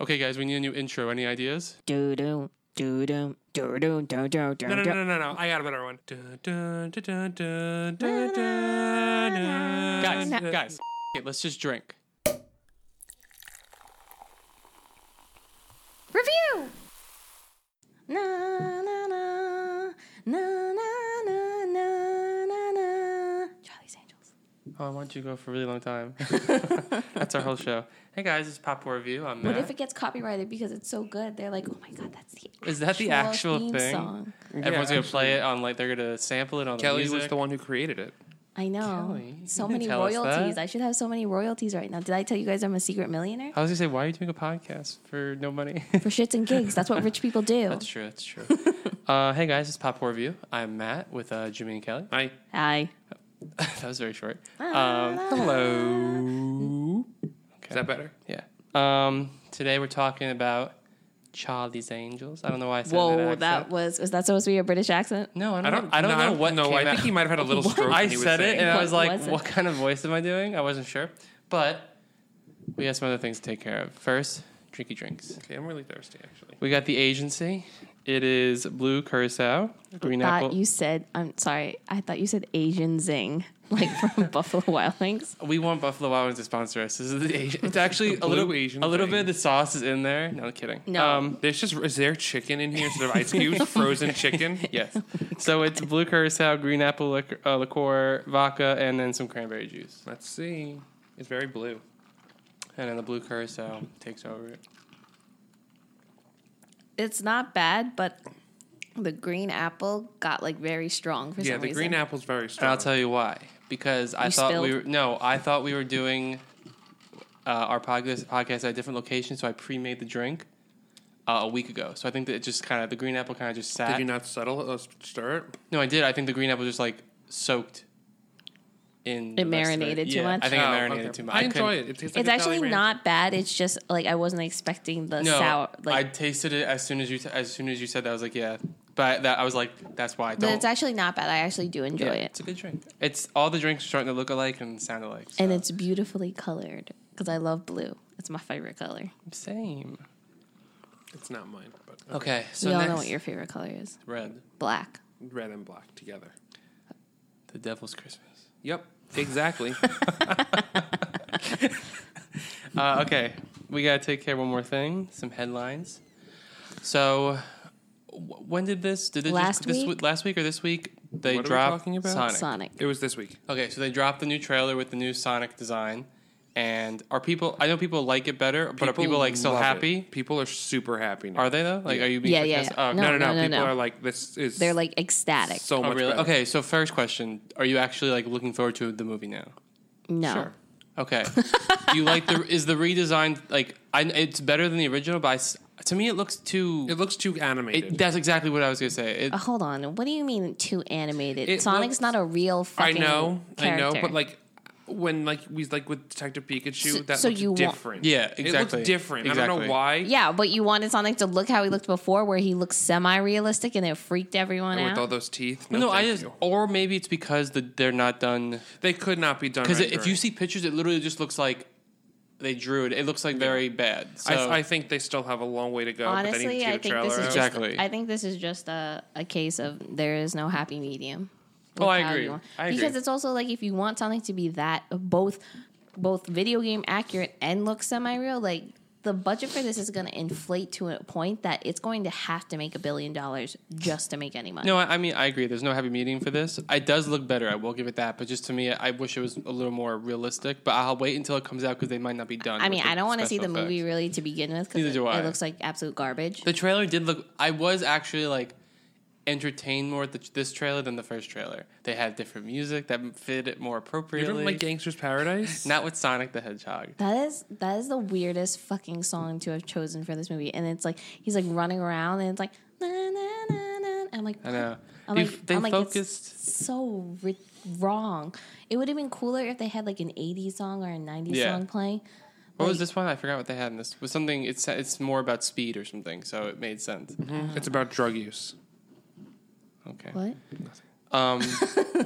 Okay, guys, we need a new intro. Any ideas? Do do do do do do do do No, no, do. no, no, no. I got a better one. Dun, dun, dun, dun, dun, dun, dun. Guys, Uh, guys, okay, let's just drink. Review. Na na na na na na na na na. Charlie's Angels. Oh, I wanted you to go for a really long time. That's our whole show. Hey, guys, it's Pop Review. I'm Matt. What if it gets copyrighted because it's so good? They're like, oh my god, that's the Is that the actual theme thing? song. Everyone's Yeah, gonna play it on like they're gonna sample it on Kelly the music. was the one who created it. I know. Kelly, you so didn't many tell us royalties. that. I should have so many royalties right now. Did I tell you guys I'm a secret millionaire? I was gonna say, why are you doing a podcast for no money? For shits and gigs. That's what rich people do. that's true. That's true. uh, hey guys, it's Pop Review. I'm Matt with uh, Jimmy and Kelly. I Hi. that was very short. Ah. Um, hello. is that better? Yeah. Um, today we're talking about Charlie's Angels. I don't know why I said that. Whoa, accent. that was was that supposed to be a British accent? No, I don't. I don't. I don't know what. No, came I out. think he might have had a little stroke. when I he was said it, saying and I What was like, was it? "What kind of voice am I doing?" I wasn't sure, but we got some other things to take care of. First, drinky drinks. Okay, I'm really thirsty actually. We got the agency. It is blue curacao, green thought apple. you said I'm sorry. I thought you said Asian zing, like from Buffalo Wild Wings. we want Buffalo Wild Wings to sponsor us. This is the Asian. It's actually a blue little Asian A little thing. bit of the sauce is in there. No I'm kidding. Um, No. There's just is there chicken in here instead of ice cubes? frozen chicken. yes. So it's blue curacao, green apple liquor, uh, liqueur, vodka, and then some cranberry juice. Let's see. It's very blue. And then the blue curacao takes over it. It's not bad, but the green apple got like very strong for Yeah, some the reason. green apple's very And strong. I'll tell you why. Because I You thought we were spilled? no, I thought we were doing uh, our podcast podcast at a different location, so I pre-made the drink uh, a week ago. So I think that it just kind of the green apple kind of just sat. Did you not settle? Uh, stir it. No, I did. I think the green apple just like soaked in. the It rest of marinated too Yeah, much? I think it Oh, marinated okay. too much. I, couldn't- enjoy it. It tastes like It's a Jolly actually Rancher. not bad. It's just like I wasn't expecting the No, sour. Like, I tasted it as soon as you t- as soon as you said that. I was like, yeah, but that I was like, that's why I but don't. it's actually not bad. I actually do enjoy yeah, it, It's a good drink. It's all the drinks are starting to look alike and sound alike. so- and it's beautifully colored because I love blue. It's my favorite color. same. It's not mine, but Okay, so So we all know next- what your favorite color is. red. Black. red and black together. The Devil's Christmas. Yep, exactly. Uh, okay, we gotta take care of one more thing. Some headlines. So, w- when did this? Did it Last just, this week? w- last week or this week? They What are we dropped talking about? Sonic. Sonic. it was this week. Okay, so they dropped the new trailer with the new Sonic design, and are people? I know people like it better, but are people like still love it. happy? People are super happy. Now. Are they though? Like, are you being Yeah, yeah, sarcastic? yeah. Oh, No, no, no, no. no, People no. are like, this is They're like ecstatic. so Oh, much really? better. Okay, so first question: Are you actually like looking forward to the movie now? no. Okay. Do you like the is the redesigned like I it's better than the original, but I s to me it looks too. It looks too it- animated. that's exactly what I was gonna say. It, Uh, Hold on. What do you mean too animated? It Sonic's looks- not a real I fucking know, I know, character. but like when like we like with Detective Pikachu, So- that so looks you want- different. Yeah, It exactly. looks different. I don't Exactly. know why. Yeah, but you wanted Sonic to look how he looked before, where he looked semi-realistic, and it freaked everyone With all out. those teeth. No, no, I thank just you. or maybe it's because the, they're not done they could not be done because right if you see pictures, it literally just looks like they drew it. It looks like very bad. So I, I think they still have a long way to go. but they need Honestly, to get I a think trailer this is out. just, Exactly. I think this is just a, a case of there is no happy medium. with Oh, I how agree. you want- I agree. Because it's also like if you want Sonic to be that both both video game accurate and look semi-real, like the budget for this is going to inflate to a point that it's going to have to make a billion dollars just to make any money. no, I, I mean I agree. There's no happy meeting for this. It does look better. I will give it that, but just to me, I wish it was a little more realistic. But I'll wait until it comes out because they might not be done. I with mean, the I don't want to see the special effects. movie really to begin with Neither because it, do I. it looks like absolute garbage. The trailer did look. I was actually like entertained more at the, this trailer than the first trailer. They had different music that fit it more You appropriately. don't like Gangster's Paradise? Not with Sonic the Hedgehog. That is that is the weirdest fucking song to have chosen for this movie, and it's like he's like running around, and it's like na na na na. I'm like, I know. I'm You've- like, they I'm like, it's focused. so ri- wrong. It would have been cooler if they had like an '80s song or a '90s Yeah. song playing. what was like- this one? I forgot what they had in this. Was something? It's it's more about speed or Mm-hmm. something. So it made sense. It's about drug use. Okay. What? Um,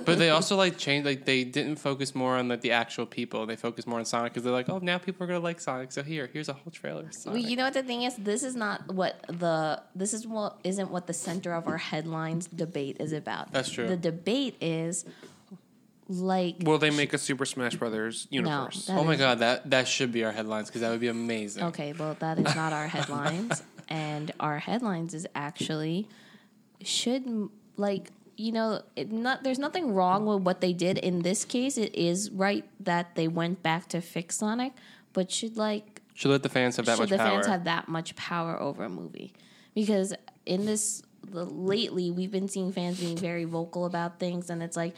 but they also like changed. Like they didn't focus more on like the actual people. They focused more on Sonic because they're like, oh, now people are gonna like Sonic. So here, here's a whole trailer. Of Well, Sonic. you know what the thing is? This is not what the this is what isn't what the center of our headlines debate is about. That's true. The debate is like Will they make a Super Smash Brothers universe? that- Oh. oh my god, that that should be our headlines because that would be amazing. okay, well that is not our headlines, and our headlines is actually should like you know it not there's nothing wrong with what they did in this case. It is right that they went back to fix Sonic, but should like Should let the fans have that should much the power. fans have that much power over a movie? Because in this the, lately, we've been seeing fans being very vocal about things, and it's like,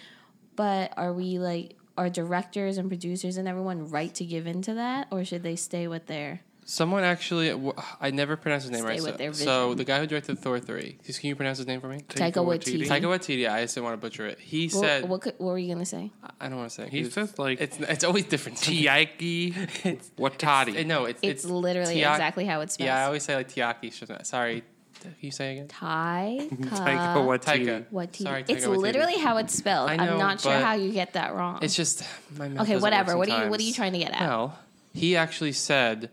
but are we like are directors and producers and everyone right to give in to that, or should they stay with their? Someone actually, w- I never pronounced his name Stay right. with so, their so vision. the guy who directed Thor three, just- can you pronounce his name for me? Taika Waititi. Taika Waititi. I just didn't want to butcher it. He What- said, Uh, what, could, what were you gonna say? I don't want to say. it 'cause He it's- says, like, it's it's always different. Tiaki Watati. no, it's It's, literally Tiak- exactly how it's Yeah, I spelled. always say like Tiaki. shouldn't I? Sorry, can you say again? Taika Taika. Waititi. Taika. What T? Sorry, It's Taika Waititi. literally how it's spelled. I know, I'm not sure but how you get that wrong. It's just my mouth Okay, doesn't whatever. work What are you- what are you sometimes. trying to get at? Well, he actually said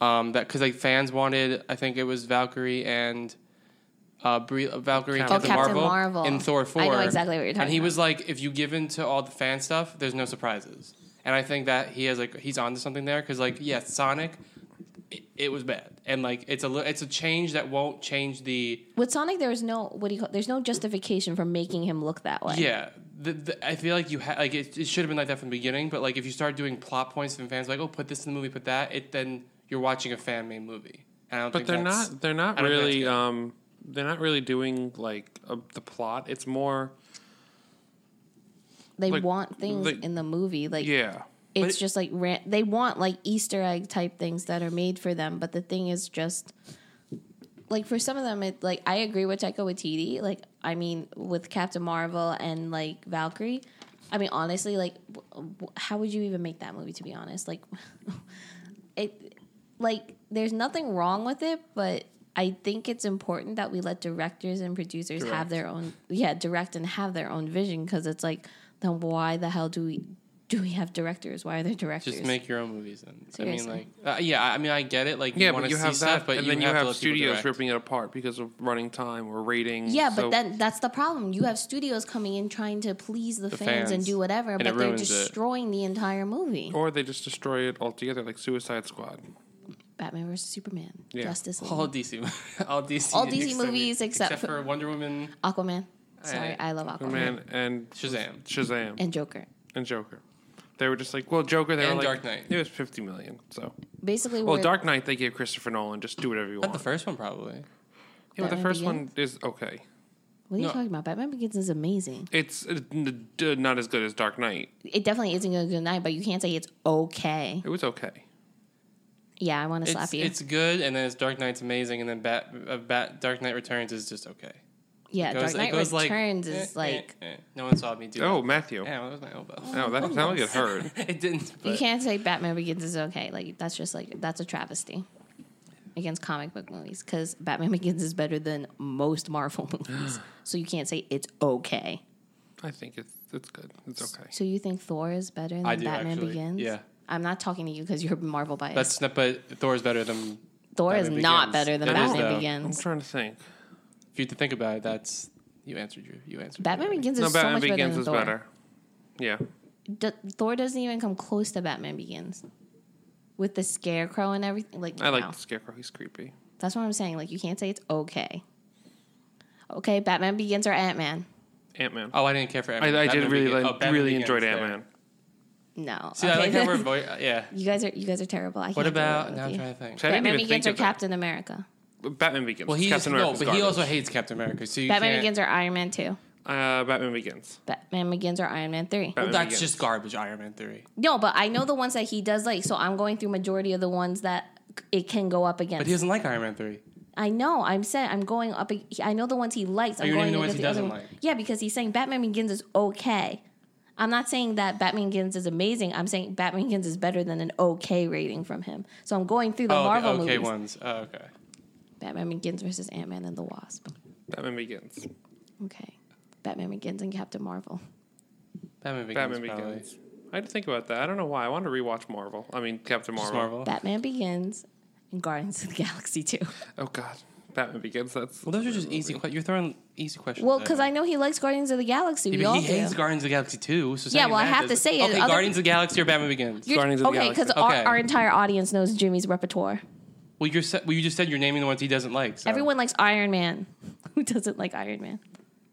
um, that because like fans wanted, I think it was Valkyrie and uh, Brie, Valkyrie and Oh, Captain, Captain Marvel, Marvel. in Thor four. I know exactly what you're And talking he about. was like, if you give in to all the fan stuff, there's no surprises. And I think that he has like he's onto something there because like yes, Sonic, it, it was bad, and like it's a li- it's a change that won't change the With Sonic, there was no what do you call? There's no justification for making him look that way. Yeah, the, the, I feel like you ha- like it, it should have been like that from the beginning. But like if you start doing plot points and fans like, oh, put this in the movie, put that, it then you're watching a fan made movie. And I don't But think they're that's- not. They're not I don't think that's really. good. Um, they're not really doing like a, the plot. It's more. they Like, want things like- in the movie like Yeah. it's just like ran- they want like easter egg type things that are made for them but the thing is just like for some of them it like i agree with taika waititi like i mean with captain marvel and like valkyrie i mean honestly like w- w- how would you even make that movie to be honest like it like there's nothing wrong with it but i think it's important that we let directors and producers have their own yeah direct and have their own vision because it's like then why the hell do we do we have directors why are there directors Just make your own movies. Then I Seriously. mean, like, uh, yeah, I mean, I get it. Like, Yeah, you but want you to see have stuff, that, but and then you have, to have let people studios direct. ripping it apart because of running time or ratings. yeah but so- then that's the problem you have studios coming in trying to please the, fans, and fans. do whatever And it but they're ruins it. destroying the entire movie or they just destroy it altogether, like Suicide Squad. batman versus superman Yeah. justice League, all DC, all DC, All DC movies except for, Wonder Woman, aquaman sorry Alright. i love aquaman Oh, Man and Shazam. Shazam, and, and joker Joker. They were just like, well, Joker. They And were like, Dark Knight. It was fifty million. So, basically well, we're- Dark Knight they gave Christopher Nolan just do whatever you Not want. the first one, probably. yeah, but the Batman first Begins? one is okay. what are you no. talking about batman begins is amazing It's uh, n- d- not as good as Dark Knight. It definitely isn't a good night, but you can't say it's okay. It was okay. Yeah, I want to slap It's, you. it's good, and then it's Dark Knight's amazing, and then Bat, uh, Bat Dark Knight Returns is just okay. yeah, It goes- Dark Knight it goes like, Returns eh, is eh, like eh. no one saw me do. Oh, that. Matthew. Yeah, it was my elbow. Oh, that sounded like it hurt. it didn't. you but- can't say Batman Begins is okay. Like that's just like that's a travesty against comic book movies because Batman Begins is better than most Marvel movies. so you can't say it's okay. I think it's it's good. It's okay. So you think Thor is better than I do, Batman actually. Begins? Yeah. I'm not talking to you because you're Marvel biased. That's not, but Thor is better than. Thor Batman is not Begins. better than That is, Batman though. I'm Begins. trying to think. If you think about it, that's you answered your you answered. Batman your- Begins is No, so Batman much better Begins than is Thor. better. Yeah, D- Thor doesn't even come close to Batman Begins with the scarecrow and everything. Like, I like no. the Scarecrow. He's creepy. that's what I'm saying. Like, you can't say it's okay. Okay, Batman Begins or Ant Man? Ant Man. Oh, I didn't care for. I, Ant-Man. I did Batman really Begins- oh, like, Batman really Begins, enjoyed there. Ant Man. No. See, I like how we're avoid- uh, yeah. you guys are you guys are terrible. I What can't do about it now? I'm with you. trying to think. See, I didn't Batman even think Begins or of that. Captain America? Batman Begins. Well, he Captain no, America's but he garbage. also hates Captain America. So you Batman can't- Begins or Iron Man Two? uh, Batman Begins. Batman Begins or Iron Man Three? Well, Batman that's Begins. just garbage. Iron Man three. No, but I know the ones that he does like, so I'm going through majority of the ones that c- it can go up against. But he doesn't like Iron Man three. I know. I'm saying I'm going up. ag- I know the ones he likes. I'm you don't going even know against ones he the other doesn't one. like. Yeah, because he's saying Batman Begins is okay. I'm not saying that Batman Begins is amazing. I'm saying Batman Begins is better than an okay rating from him. So I'm going through the oh, Marvel the okay movies. ones. Oh, okay. Batman Begins versus Ant Man and the Wasp. Batman Begins. Okay. Batman Begins and Captain Marvel. Batman Begins. Batman probably. Begins. I had to think about that. I don't know why. I wanted to rewatch Marvel. I mean, Captain Just Marvel. Marvel. Batman Begins and Guardians of the Galaxy 2. Oh God, Batman Begins. That's Well, those are just easy. Que- you're throwing easy questions. Well, at because me. I know he likes Guardians of the Galaxy. Yeah, we but all he hates do. Guardians of the Galaxy too. So Yeah, saying well, I that have to doesn't- say it. Okay, Other- Guardians of the Galaxy or Batman Begins. You're- Guardians of the okay, because Galaxy. Okay. our, our entire audience knows Jimmy's repertoire. well, you're se- well, you just said you're naming the ones he doesn't like. So. Everyone likes Iron Man. Who doesn't like Iron Man?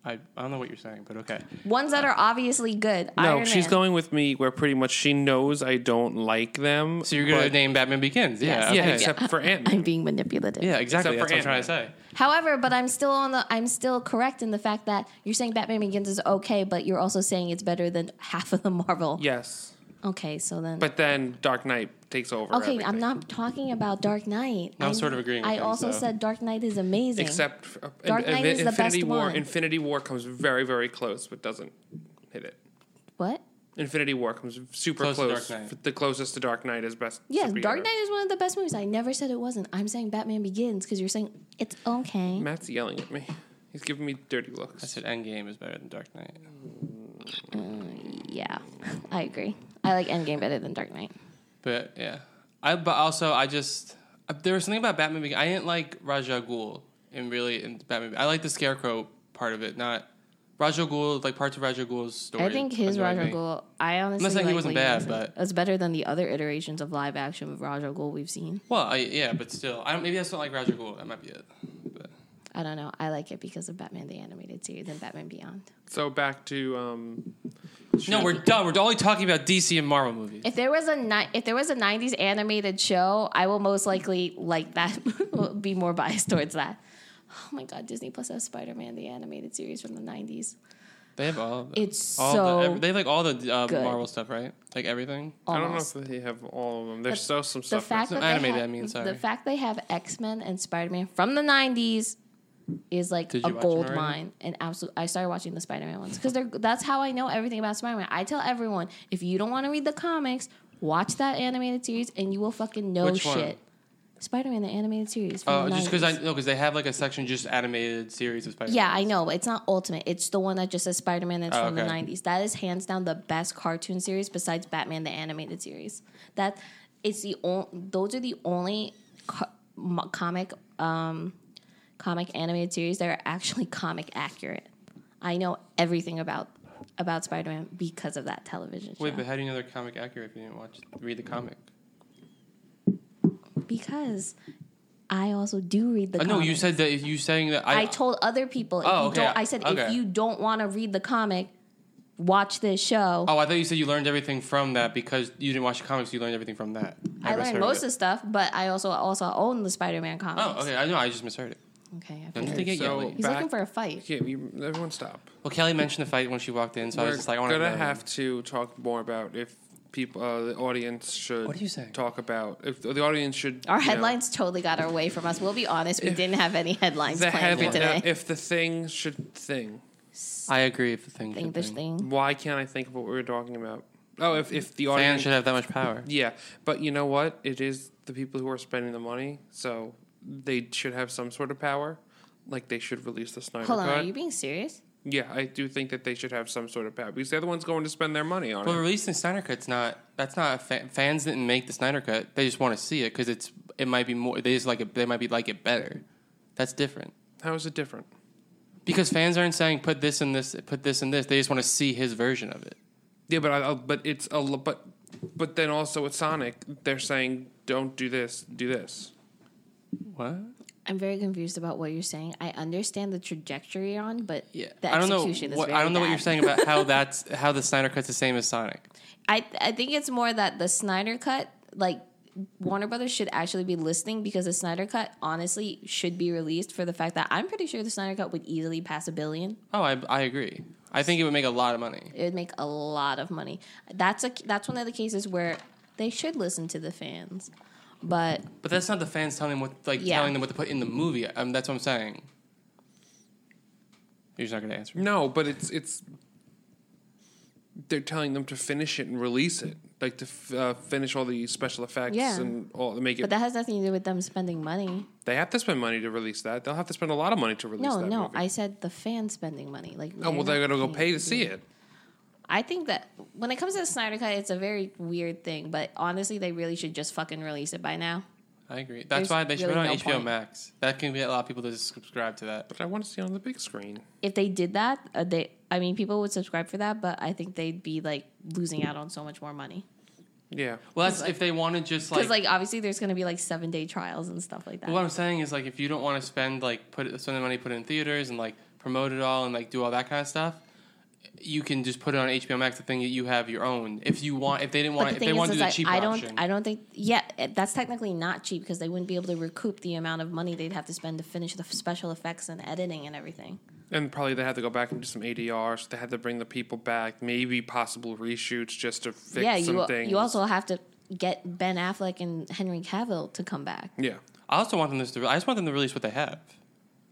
I, I don't know what you're saying, but okay. Ones that are obviously good. no. Iron she's Man. going with me where pretty much she knows I don't like them. So you're gonna but- name Batman Begins? Yeah. Yes. okay. yeah, except for Ant. I'm being manipulative. Yeah, exactly. Except That's for what I'm trying to say. However, but I'm still on the. I'm still correct in the fact that you're saying Batman Begins is okay, but you're also saying it's better than half of the Marvel. Yes, Okay, so then. but then Dark Knight takes over. okay, everything. I'm not talking about Dark Knight. No, I'm I- sort of agreeing with I you, also so. said Dark Knight is amazing. Except for, uh, Dark in- Knight in- is the Infinity best War. one. Infinity War comes very very close, but doesn't hit it. what? Infinity War comes super Close close. to Dark Knight. The closest to Dark Knight is best. Yes, superhero. Dark Knight is one of the best movies. I never said it wasn't. I'm saying Batman Begins because you're saying it's okay. Matt's yelling at me. He's giving me dirty looks. I said Endgame is better than Dark Knight. Yeah, I agree. I like Endgame better than Dark Knight. But yeah, I but also I just uh, there was something about Batman. Begins. I didn't like Raja Ghul and really in Batman. I like the Scarecrow part of it, not Raja Ghul. Like parts of Raja Ghul's story. I think his annoyed Raja me. Ghul. I honestly not saying he like wasn't what bad, said. but- it's better than the other iterations of live action of Raja Ghul we've seen. Well, I, yeah, but still, I don't. Maybe I just don't like Raja Ghul. That might be it. But I don't know. I like it because of Batman the animated series and Batman Beyond. so back to um, no, we're done. We're only talking about DC and Marvel movies. If there was a ni- if there was a '90s animated show, I will most likely like that. be more biased towards that. Oh my God! Disney Plus has Spider Man the animated series from the '90s. They have all. Of them. It's all so the, every- they have like all the uh, good. Marvel stuff, right? Like everything. I don't know almost. if they have all of them. There's still some the stuff. fact No, that animated, they have, I mean, sorry. the fact they have X Men and Spider Man from the '90s is like Did a you watch them gold already? mine. And absolute, I started watching the Spider Man ones because they're that's how I know everything about Spider Man. I tell everyone if you don't want to read the comics, watch that animated series and you will fucking know Which one? shit. Spider Man the animated series. From Oh, the just because 90s. I no, because they have like a section just animated series of Spider. Yeah, I know, but it's not Ultimate. It's the one that just says Spider Man that's Oh, from okay. the 90s. That is hands down the best cartoon series besides Batman the animated series. That it's the only, those are the only co- mo- comic um comic animated series that are actually comic accurate. I know everything about about Spider Man because of that television show. Wait, but how do you know they're comic accurate if you didn't watch read the comic? because I also do read the Uh, no, you comics. said that if you saying that I, I told other people. If Oh, you okay. don't, I said if Okay. you don't want to read the comic, watch this show. Oh, I thought you said you learned everything from that because you didn't watch the comics. You learned everything from that. I learned misheard most of it. the stuff, but I also also own the Spider-Man comics. Oh, okay. I know. I just misheard it. Okay, I Don't you figured. think it So- yelly? He's back- looking for a fight. Yeah, you, everyone stop. Well, Kelly mentioned the fight when she walked in, so I We're was just like, I want gonna to have to talk more about if people, uh, the audience should. What are you saying? Talk about if the audience should. Our you know, headlines totally got our way from us. We'll be honest, we didn't have any headlines the planned headline. for today. If the thing should thing, I agree. If the thing, Think should this be. thing. why can't I think of what we were talking about? Oh, if if the fans audience should have that much power. Yeah, but you know what? It is the people who are spending the money, so they should have some sort of power. Like they should release the Snyder Hold on, are Cut. you being serious? Yeah, I do think that they should have some sort of power because they're the ones going to spend their money on Well, it. releasing Snyder Cut's not. That's not. A fa- fans didn't make the Snyder Cut. They just want to see it because it's. It might be more. They just like it. They might be like it better. That's different How is it different? because fans aren't saying put this in this, put this in this. They just want to see his version of it. Yeah, but I, I'll- but it's a l- but but then also with Sonic, they're saying don't do this, do this. What? I'm very confused about what you're saying. I understand the trajectory you're on, but Yeah. the I don't know. execution is What, very I don't know what bad. you're saying about how that's how the Snyder Cut's the same as Sonic. I I think it's more that the Snyder cut, like Warner Brothers should actually be listening because the Snyder cut honestly should be released for the fact that I'm pretty sure the Snyder cut would easily pass a billion. Oh, I, I agree. I think it would make a lot of money. It would make a lot of money. That's a that's one of the cases where they should listen to the fans. But But that's not the fans telling them what like Yeah. telling them what to put in the movie. Um, that's what I'm saying. You're just not gonna answer. me. No, but it's it's they're telling them to finish it and release it, like to f- uh, finish all the special effects Yeah. and all to make it. But that has nothing to do with them spending money. they have to spend money to release that. They'll have to spend a lot of money to release No, that. no. movie. I said the fans spending money. Like Oh, well, they're gonna go pay to see it. I think that when it comes to the Snyder Cut, it's a very weird thing. But honestly, they really should just fucking release it by now. I agree. That's There's why they should really put it on HBO no point. Max. That can get a lot of people to subscribe to that. But I want to see it on the big screen. If they did that, uh, they I mean, people would subscribe for that, but I think they'd be like losing out on so much more money. Yeah, Well, that's if they want to just like. Because like, obviously, there's going to be like seven day trials and stuff like that. But what I'm saying is like if you don't want to spend like put it, spend the money put it in theaters and like promote it all and like do all that kind of stuff, you can just put it on HBO Max. The thing that you have your own. If you want, if they didn't want, But if they want to do is, the is, cheap I, I don't. option, I don't think. Yeah, it- that's technically not cheap because they wouldn't be able to recoup the amount of money they'd have to spend to finish the f- special effects and editing and everything. and probably they had to go back and do some ADR. So they had to bring the people back, maybe possible reshoots just to fix yeah, some you things. you also have to get Ben Affleck and Henry Cavill to come back. yeah, I also want them to. I just want them to release what they have.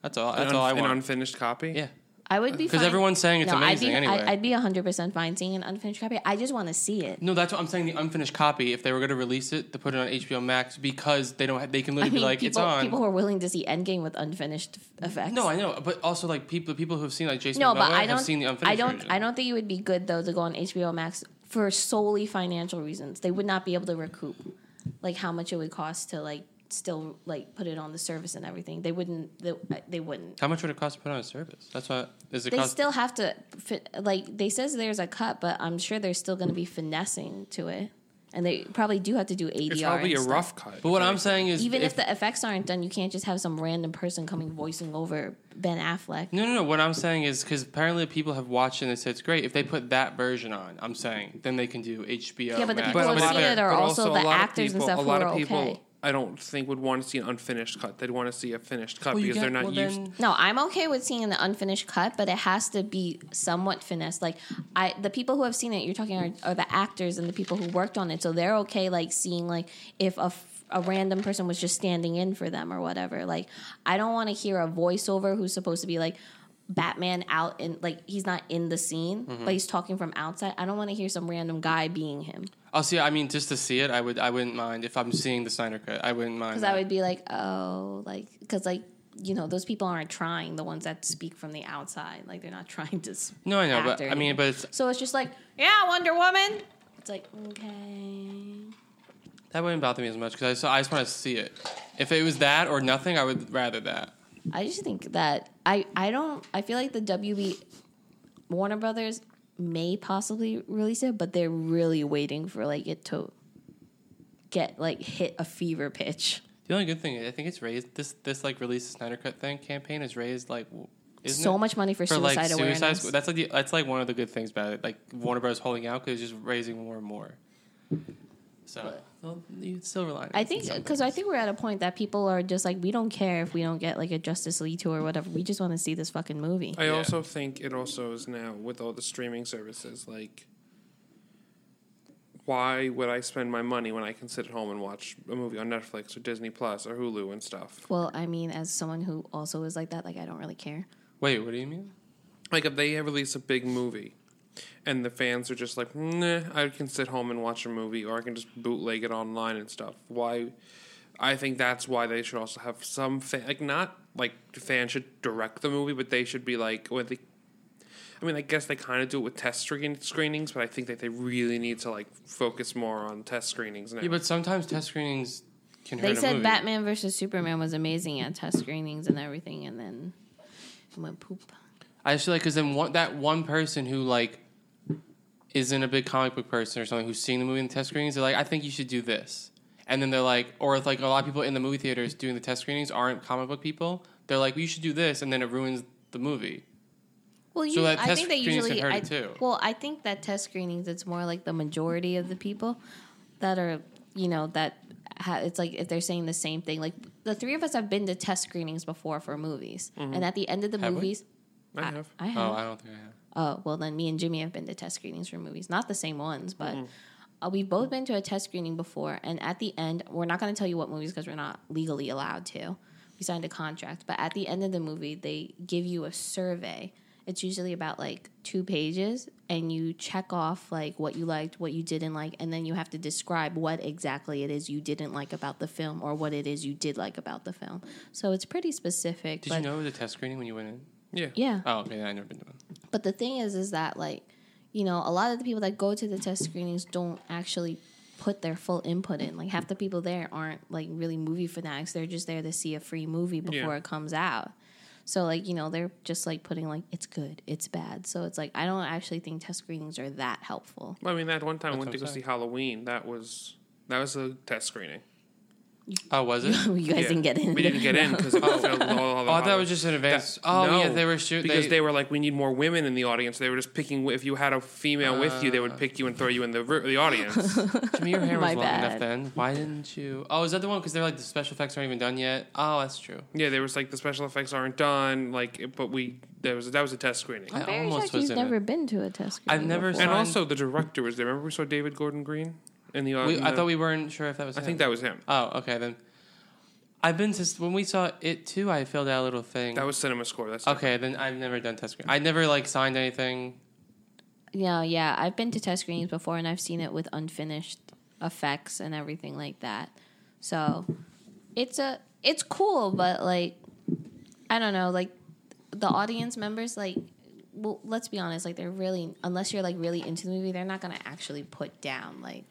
That's all. That's an, all I an want. unfinished copy. yeah. I would be 'Cause fine- everyone's saying it's amazing I'd be, anyway. I, would be hundred percent fine seeing an unfinished copy. I just want to see it. No, that's what I'm saying. The unfinished copy. If they were going to release it, to put it on HBO Max because they don't. Have, they can I literally mean, be like, people, it's on. people who are willing to see Endgame with unfinished f- effects. no, I know, but also like people, the people who've seen like Jason no, Momoa but I don't. have seen the unfinished I don't. version. I don't think it would be good though to go on HBO Max for solely financial reasons. They would not be able to recoup like how much it would cost to like still like put it on the service and everything. They wouldn't. They, they wouldn't. How much would it cost to put on a service? That's what is it They cost? still have to fit, like they says there's a cut, but I'm sure they're still going to be finessing to it, and they probably do have to do ADR. it's probably and a stuff. rough cut. but what I'm Like, saying is, Even if, the effects aren't done, you can't just have some random person coming voicing over Ben Affleck. No, no, no. What I'm saying is because apparently people have watched it and said it's great. If they put that version on, I'm saying then they can do HBO. Yeah, but the Max. people But- who have but seen they're- it are but also a the lot of actors and people- stuff A who lot are of people, okay. I don't think would want to see an unfinished cut. They'd want to see a finished cut Well, you get- because they're not well, used. then- No, I'm okay with seeing the unfinished cut, but it has to be somewhat finessed. Like I, the people who have seen it, you're talking are, are the actors and the people who worked on it, so they're okay like seeing like if a f- a random person was just standing in for them or whatever. Like I don't want to hear a voiceover who's supposed to be like Batman out in like he's not in the scene, but he's talking from outside. I don't want to hear some random guy being him I'll see. I mean, just to see it, I would. I wouldn't mind if I'm seeing the Snyder cut. I wouldn't mind. because I would be like, oh, like because like. You know, those people aren't trying. The ones that speak from the outside, like they're not trying to. s- no, I know, but actor I mean, anymore. but it's, So it's just like, yeah, Wonder Woman. It's like, okay. that wouldn't bother me as much because I, so I just want to see it. If it was that or nothing, I would rather that. I just think that I I don't I feel like the WB Warner Brothers may possibly release it, but they're really waiting for like it to get like hit a fever pitch. The only good thing is I think it's raised this this like release the Snyder cut thing campaign is raised like w- isn't so it? much money for, suicide awareness. That's like the, that's like one of the good things about it. Like Warner Bros. holding out because it's just raising more and more. So well, you silver lining. I think because I think we're at a point that people are just like, we don't care if we don't get like a Justice League two or whatever. We just want to see this fucking movie. I Yeah. also think it also is now with all the streaming services. Like, why would I spend my money when I can sit at home and watch a movie on Netflix or Disney Plus or Hulu and stuff? Well, I mean, as someone who also is like that, like I don't really care. Wait, what do you mean? Like, if they release a big movie. And the fans are just like, nah, I can sit home and watch a movie, or I can just bootleg it online and stuff. Why? I think that's why they should also have some fan, like not like the fan should direct the movie, but they should be like, or they, I mean, I guess they kind of do it with test screen- screenings, but I think that they really need to like focus more on test screenings now. Yeah, but sometimes test screenings can They hurt a said movie. Batman versus Superman was amazing at test screenings and everything, and then it went poop. I just feel like because then one, that one person who like isn't a big comic book person or something who's seen the movie in the test screenings, they're like, I think you should do this. And then they're like, or if like a lot of people in the movie theaters doing the test screenings aren't comic book people, they're like, you should do this, and then it ruins the movie. Well, you, that I test think they screenings usually. can hurt I, it, too. Well, I think that test screenings, it's more like the majority of the people that are, you know, that ha- it's like if they're saying the same thing. Like the three of us have been to test screenings before for movies, and at the end of the Mm-hmm. Have we? movies, I have. I have. Oh, I don't think I have. Oh, well, then me and Jimmy have been to test screenings for movies. Not the same ones, but Mm-hmm. uh, we've both been to a test screening before. And at the end, we're not going to tell you what movies because we're not legally allowed to. We signed a contract. But at the end of the movie, they give you a survey. It's usually about like two pages, and you check off like what you liked, what you didn't like, and then you have to describe what exactly it is you didn't like about the film or what it is you did like about the film. So it's pretty specific. Did but you know it was a test screening when you went in? Yeah. Yeah. Oh, okay. I never been to one. But the thing is, is that like, you know, a lot of the people that go to the test screenings don't actually put their full input in. Like half the people there aren't like really movie fanatics. They're just there to see a free movie before Yeah. it comes out. So like, you know, they're just like putting like it's good, it's bad. So it's like I don't actually think test screenings are that helpful. Well, I mean, that one time I went what to I'm go see saying. Halloween. That was that was a test screening. Oh, was it? you guys Yeah. didn't get in. We didn't get in because all, all the Oh, I thought it Hall- was just an advance. oh, no, yeah, they were shooting. because they, were like, we need more women in the audience. They were just picking. If you had a female with you, they Ah. would pick you and throw you in the ro- the audience. To me, your hair was My long enough bad. then. Why didn't you? Oh, is that the one? Because they're like the special effects aren't even done yet. Oh, that's true. yeah, there was like the special effects aren't done. Like, it- but we there was that was a test screening. I I'm very almost shocked was you've in it. never been to a test I've screening. never before. And Oh, Fine. also the director was there. Remember we saw David Gordon Green in the We, audience. I thought we weren't sure if that was. I him. think that was him. Oh, okay then. I've been to when we saw it too. I filled out a little thing. That was Cinema Score. That's okay. Then I've never done test screen. I never like signed anything. Yeah, yeah. I've been to test screenings before and I've seen it with unfinished effects and everything like that. So it's a it's cool, but like I don't know, like the audience members, like well, let's be honest, like they're really unless you're like really into the movie, they're not gonna actually put down like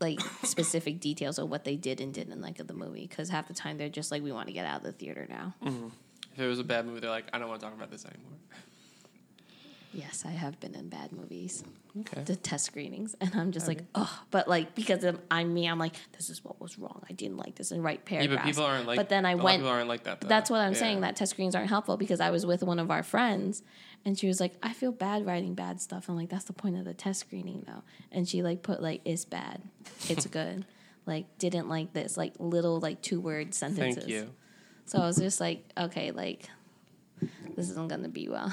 like specific details of what they did and didn't like of the movie because half the time they're just like we want to get out of the theater now. If it was a bad movie, they're like, I don't want to talk about this anymore. Yes, I have been in bad movies. Okay. the test screenings and I'm just like, oh, but like because I'm, I'm me, I'm like, this is what was wrong. I didn't like this and right Yeah, paragraphs. but people aren't like. But then I a lot of went. People aren't like that. Though. That's what I'm Yeah. saying. That test screenings aren't helpful because I was with one of our friends, and she was like, I feel bad writing bad stuff. I'm like, that's the point of the test screening though. And she like put like, it's bad, it's good. Like didn't like this, like little like two word sentences. Thank you. So I was just like, okay, like this isn't gonna be well.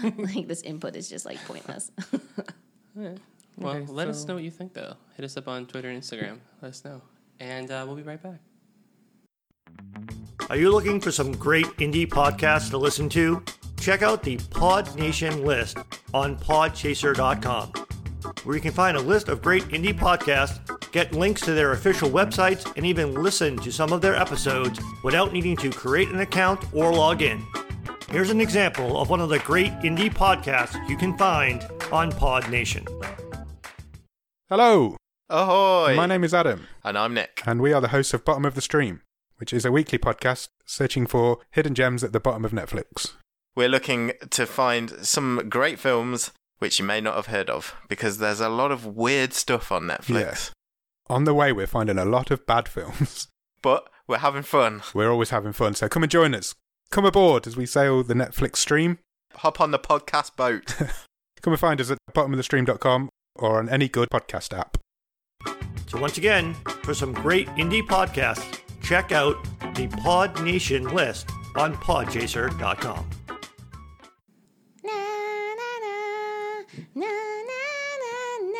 like this input is just like pointless. Well, Okay, let us so- know what you think though. Hit us up on Twitter and Instagram. Let us know, and uh, we'll be right back. Are you looking for some great indie podcasts to listen to? Check out the Pod Nation list on podchaser.com, where you can find a list of great indie podcasts, get links to their official websites, and even listen to some of their episodes without needing to create an account or log in. Here's an example of one of the great indie podcasts you can find on Pod Nation. Hello, Ahoy! my name is Adam, and I'm Nick. and we are the hosts of Bottom of the Stream, which is a weekly podcast searching for hidden gems at the bottom of Netflix. We're looking to find some great films which you may not have heard of because there's a lot of weird stuff on Netflix. On the way, we're finding a lot of bad films. But we're having fun. We're always having fun, so come and join us. Come aboard as we sail the Netflix stream. Hop on the podcast boat. Come and find us at bottomofthestream.com or on any good podcast app. So, once again, for some great indie podcasts, check out the Pod Nation list on podchaser.com. Na na na na na na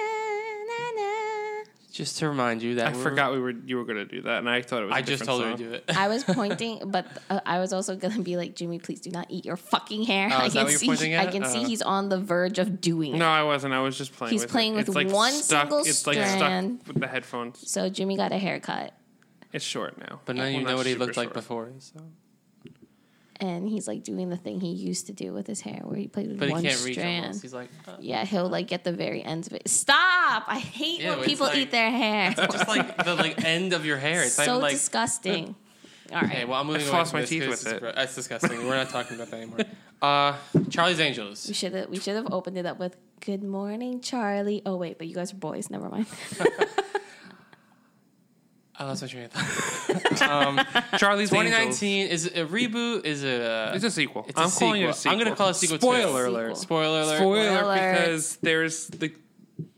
na na. Just to remind you that I we're- forgot we were you were going to do that, and I thought it was. I I just told her to do it. I was pointing, but uh, I was also gonna be like, Jimmy, please do not eat your fucking hair. Oh, I is that can what you're see. pointing I at? can see Uh. he's on the verge of doing. it. No, I wasn't. I was just playing. He's with playing it. with it's like one stuck, single It's like strand. stuck with the headphones. So Jimmy got a haircut, It's short now, But now Well, you not know what he super looked like short. before. So. and he's like doing the thing he used to do with his hair, where he played with But one he can't reach strand. almost. He's like, uh, yeah, he'll like get the very ends of it. Stop! I hate Ew, when it's people like- eat their hair. just like the like end of your hair. It's not so even like. disgusting. All right. Okay, well, I'm moving away floss from my this teeth 'cause with it's it. gro- That's disgusting. We're not talking about that anymore. Uh, Charlie's Angels. We should have we should have opened it up with "Good morning, Charlie." Oh wait, but you guys are boys. Never mind. I lost my train of thought. Charlie's 2019 is it a reboot. Is it a? uh, It's a sequel. It's a I'm calling it a sequel. sequel. I'm gonna call it sequel two. Spoiler Sequel. alert. Spoiler alert. Spoiler Spoiler. because there's the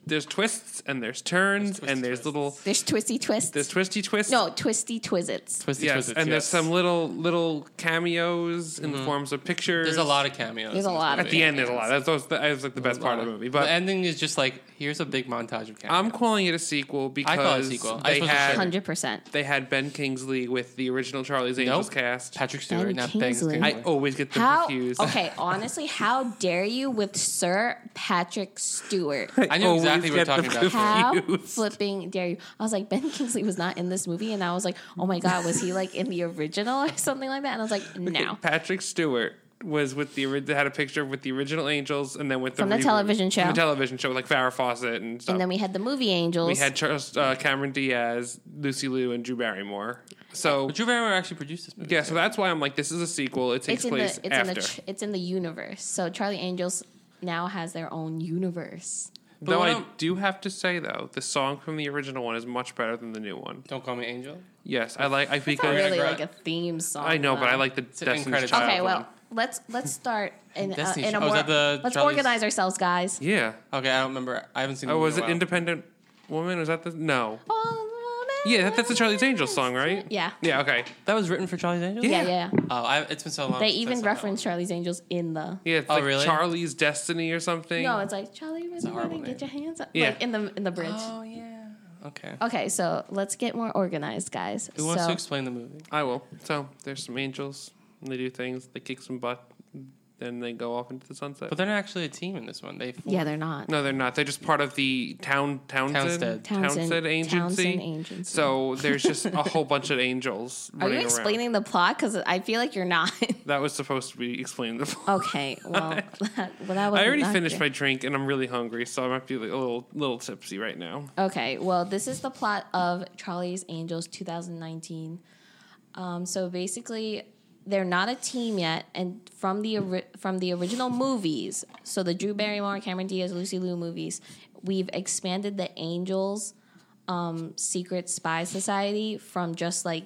there's twists and there's turns There's and there's twisty little There's twisty twists. there's twisty twists. no, twisty twizzits. Twisty yes, Twizzits, and there's yes. Mm-hmm. some little little cameos in the forms of pictures. There's a lot of cameos. There's a in this lot of movie. at the end. There's a lot. That's, always the, that's like the best part of the movie. But the ending is just like here's a big montage of cameos. I'm calling it a sequel because sequel. I they suppose it had should. Hundred percent. they had Ben Kingsley with the original Charlie's Angels cast. Patrick Stewart, Ben not Bangs Kingsley. I always get them How? confused. Okay, honestly, how dare you with Sir Patrick Stewart? I knew always exactly what you're get them talking about. How confused. flipping dare you? I was like, Ben Kingsley was not in this movie, and I was like, oh my god, was he like in the original or something like that? And I was like, no, Patrick Stewart was with the ori- they had a picture with the original Angels and then with the From the reboot- television from show. the television show like Farrah Fawcett and stuff. And then we had the movie Angels. we had Charles, uh, Cameron Diaz, Lucy Liu, and Drew Barrymore. So But Drew Barrymore actually produced this movie. yeah, so that's why I'm like, this is a sequel. It it's takes in the place it's after. in the tr- it's in the universe. So Charlie Angels now has their own universe. But Though what I I'm- do have to say though, the song from the original one is much better than the new one. Don't call me Angel. Yes, I like. I It's think not I, really Regret. like a theme song. I know, but I though. like the an Destiny's incredible- Child. Okay, well, one. let's let's start in, uh, Destiny's in a Child. Oh, more. is that the let's Charlie's- organize ourselves, guys. yeah. Okay, I don't remember. I haven't seen. the Oh, movie was in it a while. Independent Woman? Was that the no? Yeah, that, that's the Charlie's Angels song, right? Yeah. Yeah. Okay. That was written for Charlie's Angels. Yeah, Yeah. yeah. Oh, I, it's been so long. They since I even saw that reference Charlie's Angels in the. Yeah, it's Oh, like really? Charlie's Destiny or something. No, it's like Charlie, was a horrible get your hands up. Yeah. Like in the in the bridge. one. Oh yeah. Okay. Okay, so let's get more organized, guys. Who wants Oh, so, to explain the movie? I will. So there's some angels. And they do things. They kick some butt. Then they go off into the sunset. But they're not actually a team in this one. They form- yeah, they're not. no, they're not. They're just part of the town Townsend. Townsend Townsend- agency. Townsend agency. So there's just a whole bunch of angels Are running you around. explaining the plot? Because I feel like you're not. That was supposed to be explaining the. plot. okay, well, that, well, that was. I already finished my drink and I'm really hungry, so I might be like a little little tipsy right now. Okay, well, this is the plot of Charlie's Angels 2019. Um, so basically, they're not a team yet, and from the ori- from the original movies, so the Drew Barrymore, Cameron Diaz, Lucy Liu movies, we've expanded the Angels um, secret spy society from just like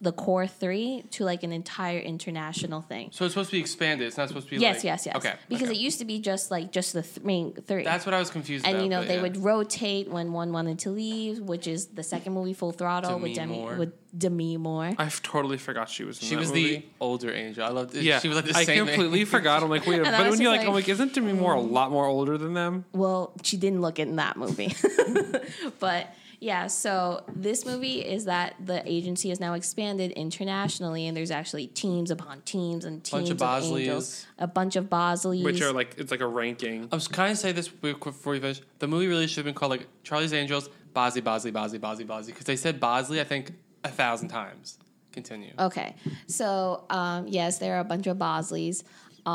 the core three to like an entire international thing. So it's supposed to be expanded. It's not supposed to be. Yes, like- yes, yes. Okay. Because okay. it used to be just like just the th- main three That's what I was confused and about. you know but they yeah. would rotate when one wanted to leave, which is the second movie, Full Throttle, Demi with Demi Moore. with Demi Moore. I've totally forgot she was. In She that was movie. the older Angel. I loved. It. Yeah, She was like the I same. completely age. forgot. I'm like, wait, And I but was when you're just like, I'm like- "Mm." like, isn't Demi Moore a lot more older than them? well, she didn't look in that movie, but yeah. So this movie is that the agency is now expanded internationally, and there's actually teams upon teams and Bunch teams of of angels, a bunch of Bosleys. Which are like, it's like a ranking. I was kind of say this before we finish. The movie really should have been called like Charlie's Angels, Bosley, Bosley, Bosley, Bosley, Bosley, because they said Bosley I think a thousand times. Continue. Okay. So, um, yes, there are a bunch of Bosleys.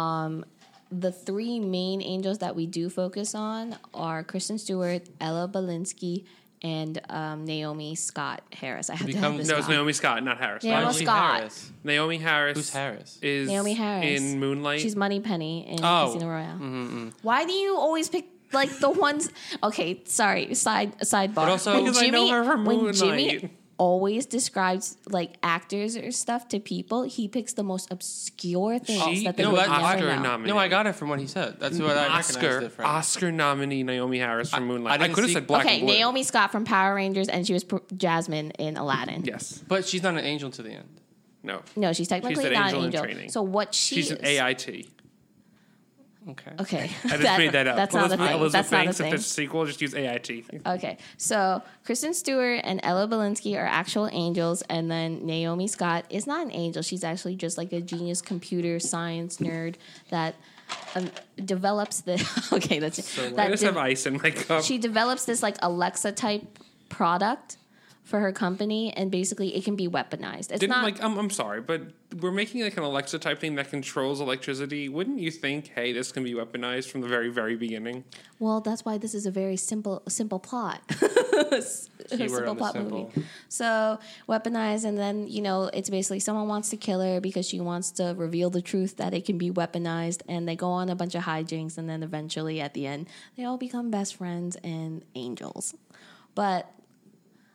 Um, the three main angels that we do focus on are Kristen Stewart, Ella Balinski, and um, Naomi Scott Harris. I have to Become- have this no, it's down. Naomi Scott, not Harris. Yeah. Why Naomi was she Scott. Harris? Naomi Harris. Who's Harris? Is Naomi Harris. in Moonlight. Mm-hmm, She's Money Penny in Oh. Casino Royale. Why do you always pick like the ones? Okay, sorry. Side sidebar. But also- when Because I Jimmy, know her from when Jimmy Moonlight. always describes like actors or stuff to people, he picks the most obscure things She- that they no, would that's never Oscar know. nom- No, I got it from what he said. That's what I recognized Oscar, it from. Oscar nominee Naomi Harris from I Moonlight. I, didn't could have see- said Black okay, and Blue. Naomi Scott from Power Rangers, and she was pr- Jasmine in Aladdin. Yes. But she's not an angel to the end. No. No, she's technically an not angel an in angel. training. So what she She's is? an AIT. Okay. Okay, I just made that up. That's Elizabeth, not a thing. Elizabeth That's not a Banks, thing. Oh, If there's a sequel, just use AIT. Okay, so Kristen Stewart and Ella Balinski are actual angels, and then Naomi Scott is not an angel. She's actually just like a genius computer science nerd that um, develops the. Okay, that's it. I That just de- have ice in my cup. she develops this like Alexa type product for her company, and basically it can be weaponized. It's Didn't not like I'm, I'm sorry, but we're making like an Alexa type thing that controls electricity. Wouldn't you think, hey, this can be weaponized from the very, very beginning? Well, that's why this is a very simple simple plot. A Keyword on the simple. movie. So weaponized, and then you know it's basically someone wants to kill her because she wants to reveal the truth that it can be weaponized, and they go on a bunch of hijinks, and then eventually at the end they all become best friends and angels. But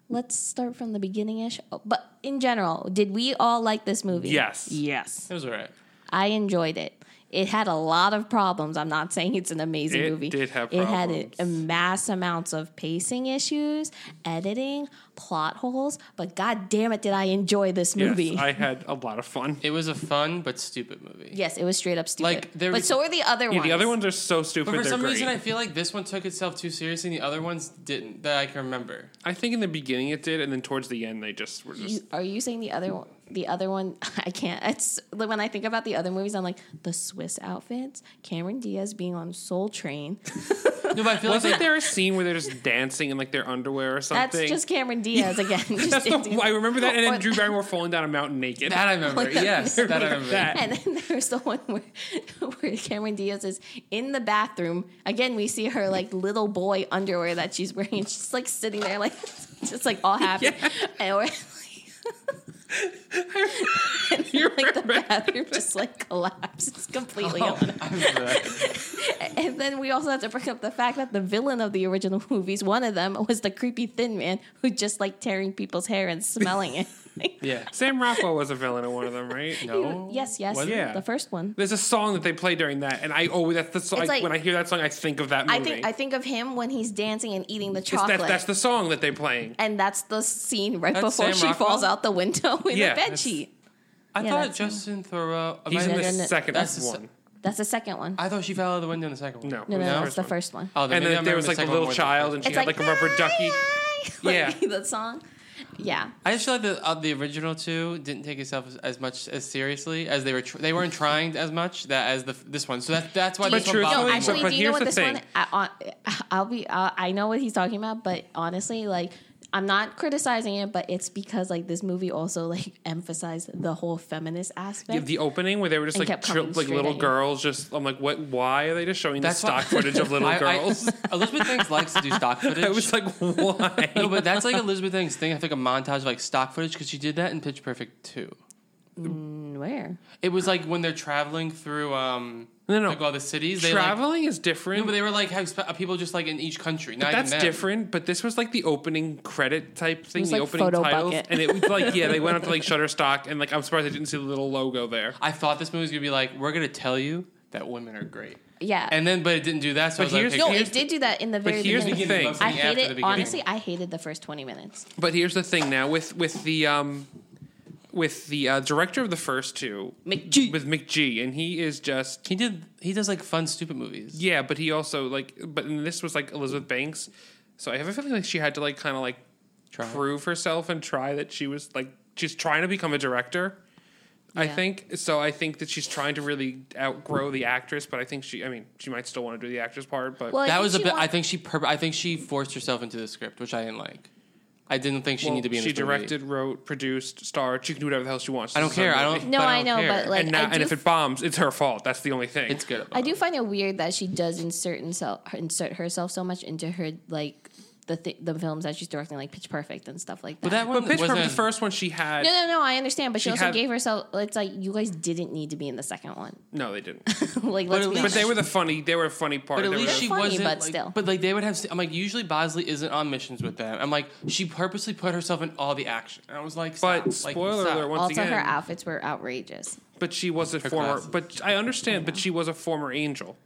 let's start from the beginning ish. But in general, did we all like this movie? Yes. Yes. It was alright. I enjoyed it. It had a lot of problems. I'm not saying it's an amazing It movie. did have It had problems. a- mass amounts of pacing issues, editing, plot holes. But god damn it, did I enjoy this movie? Yes, I had a lot of fun. It was a fun but stupid movie. Yes, it was straight up stupid. Like, there but was- so are the other Yeah, ones. the other ones are so stupid. But for they're some great. reason, I feel like this one took itself too seriously, and the other ones didn't that I can remember. I think in the beginning it did, and then towards the end they just were just. You, are you saying the other one? The other one, I can't. It's like, when I think about the other movies, I'm like the Swiss outfits, Cameron Diaz being on Soul Train. No, but I feel like Wasn't they, there a scene where they're just dancing in like their underwear or something? That's just Cameron Diaz again. Just That's the, dancing. I remember that, and Or- then Drew Barrymore falling down a mountain naked. that I remember. yes, that I remember. That. And then there's the one where, where Cameron Diaz is in the bathroom. Again, we see her like little boy underwear that she's wearing. and She's like sitting there, like just like all happy. And we're, and then, like the bathroom just like collapses completely Oh, on her. And then we also have to bring up the fact that the villain of the original movies, one of them was the creepy thin man who just like tearing people's hair and smelling it. Yeah. Sam Rockwell was a villain in one of them, right? No. yes, yes, Was it? Oh. Yeah. the first one. There's a song that they play during that, and I always that's the song. It's I- like- when I hear that song, I think of that movie. I think I think of him when he's dancing and eating the It's- chocolate. That's, that's the song that they're playing. and that's the scene right That's before Sam she Rockwell? falls out the window in Yeah, a bed that's- sheet. I Yeah, thought that's him. Justin Thoreau. am He's I in the no, no, second Oh that's the se- one. That's the second one. I thought she fell out of the window in the second one. No. no, no, the no, first it's the one. first one. Oh, then and maybe I then there remember was the like a second little one more than the child, first and one. she had like a rubber ducky. yeah, Yeah. that song. Yeah, I just feel like the uh, the original two didn't take itself as, as much as seriously as they were. Tr- they weren't trying as much that as the f- this one. So that that's why Do this one you- bothered no, me. more. actually, but do you know here's what the this thing. one? I, will be. Uh, I know what he's talking about, but honestly, like. I'm not criticizing it, but it's because like this movie also like emphasized the whole feminist aspect. Yeah, the opening where they were just And like kept chil- coming like straight little at you. girls. Just I'm like, what? Why are they just showing That's the stock why- footage of little I- I- girls? Elizabeth Banks likes to do stock footage. I, was like, why? no, but that's like Elizabeth Banks' thing. I think a montage of like stock footage because she did that in Pitch Perfect too. Where? It was like when they're traveling through um No, no. like all the cities. They like, Traveling is different. no, but they were like have spe- uh, people just like in each country. Not That's even them. different, but this was like the opening credit type thing, was, the like, opening photo titles, bucket. and it was like yeah, they went up to like Shutterstock, and like I'm surprised I didn't see the little logo there. I thought this movie was gonna be like we're gonna tell you that women are great, Yeah. and then but it didn't do that. So But I was like, here's- okay, no, here's it did do that in the very here's the beginning. thing. I'm saying I after the hated beginning. honestly. I hated the first 20 minutes. But here's the thing now with with the um with the uh, director of the first two, McG. with McG, and he is just He did. He does like fun, stupid movies. yeah, but he also like but and this was like Elizabeth Banks, so I have a feeling like she had to like kind of like Try. prove herself and try that she was like she's trying to become a director. I Yeah. think so. I think that she's trying to really outgrow the actress, but I think she. I mean, she might still want to do the actress part, but Well, I that think was a she bit. want- I think she. Perp- I think she forced herself into the script, which I didn't like. I didn't think she Well, needed to be. in She this movie. directed, wrote, produced, starred. She can do whatever the hell she wants. I don't This is her care. I movie. don't. No, but I know, care. but, like, and I now, and do if it bombs, it's her fault. That's the only thing. it's good. I do find it weird that she does insert herself, insert herself so much into her like the th- the films that she's directing, like Pitch Perfect and stuff like that. But that one But Pitch Perfect, wasn't. the first one she had. no, no, no. I understand, but she, She also had- gave herself. It's like you guys didn't need to be in the second one. No, they didn't. like, let's at least- be But honest. they were the funny. They were a funny part. But at They least were- she funny, wasn't. but like, still. But like they would have. I'm like usually Bosley isn't on missions with them. I'm like she purposely put herself in all the action. And I was like, stop. But like, spoiler stop. alert. Once also, again, her outfits were outrageous. But she was a former. glasses. But I understand. But she was a former angel.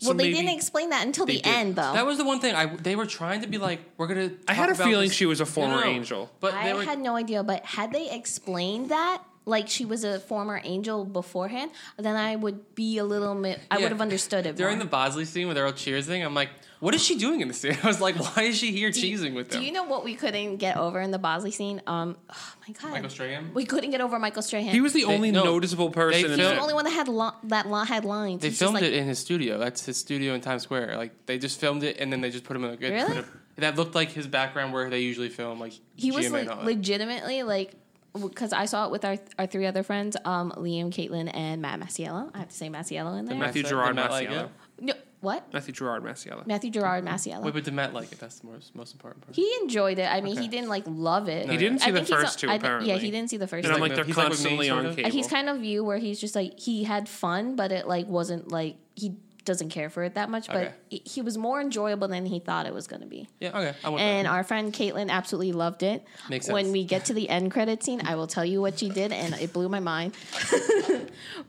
So well, they maybe- didn't explain that until the did. end, though. That was the one thing. I they were trying to be like we're gonna. I had talk a about feeling this- she was a No, former no, no. angel. But I they were. had no idea, but had they explained that, like she was a former angel beforehand, then I would be a little bit. I Yeah. would have understood it. During more. the Bosley scene where they're all cheersing, I'm like, what is she doing in this scene? I was like, why is she here cheesing with them? Do you know what we couldn't get over in the Bosley scene? Um, oh my god, Michael Strahan? We couldn't get over Michael Strahan. He was the only no. noticeable person. in filmed- He's that. the only one that had lo- that lo- had lines. They He's just filmed like- it in his studio. That's his studio in Times Square. Like they just filmed it and then they just put him in a good. Really? put him- that looked like his background where they usually film. Like He was GMA like and all that. legitimately like because I saw it with our our three other friends, um, Liam, Caitlin, and Matt Maciello. I have to say Maciello in there. Matthew Matt- Gerard did Matt like Maciello. it? no, what? Matthew Gerard Maciella. Matthew Gerard Maciello. Wait, but did Matt like it? That's the most most important part. He enjoyed it. I mean, he Okay. didn't like love it. He didn't I see the think he's- first two, I thi- yeah, apparently. he didn't see the first. And I'm two. like, like they're he's like with me, constantly sort on of. cable. He's kind of you where he's just like he had fun, but it like wasn't like he doesn't care for it that much, but Okay. he- he was more enjoyable than he thought it was going to be. Yeah, okay. I want And that. our friend Caitlin absolutely loved it. Makes When sense. we get to the end credit scene, I will tell you what she did, and it blew my mind.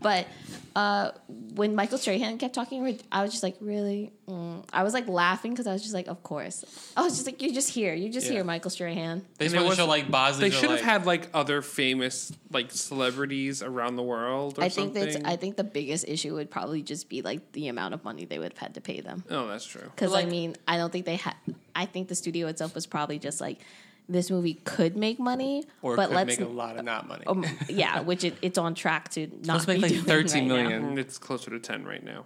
but uh, when Michael Strahan kept talking, I was just like, really? Mm. I was like laughing because I was just like, of course. I was just like, you're just here. You're just Yeah. here, Michael Strahan. They just and want it to was- show like Bosley. They should have had like other famous like celebrities around the world. Or I think that's. something. I think the biggest issue would probably just be like the amount of money they would have had to pay them. Oh, that's true. Because Like- I mean, I don't think they had. I think the studio itself was probably just like, this movie could make money, or but could make let's a lot of not money. um, yeah, which it, it's on track to not Let's make be like doing thirteen right million. now. And it's closer to ten right now.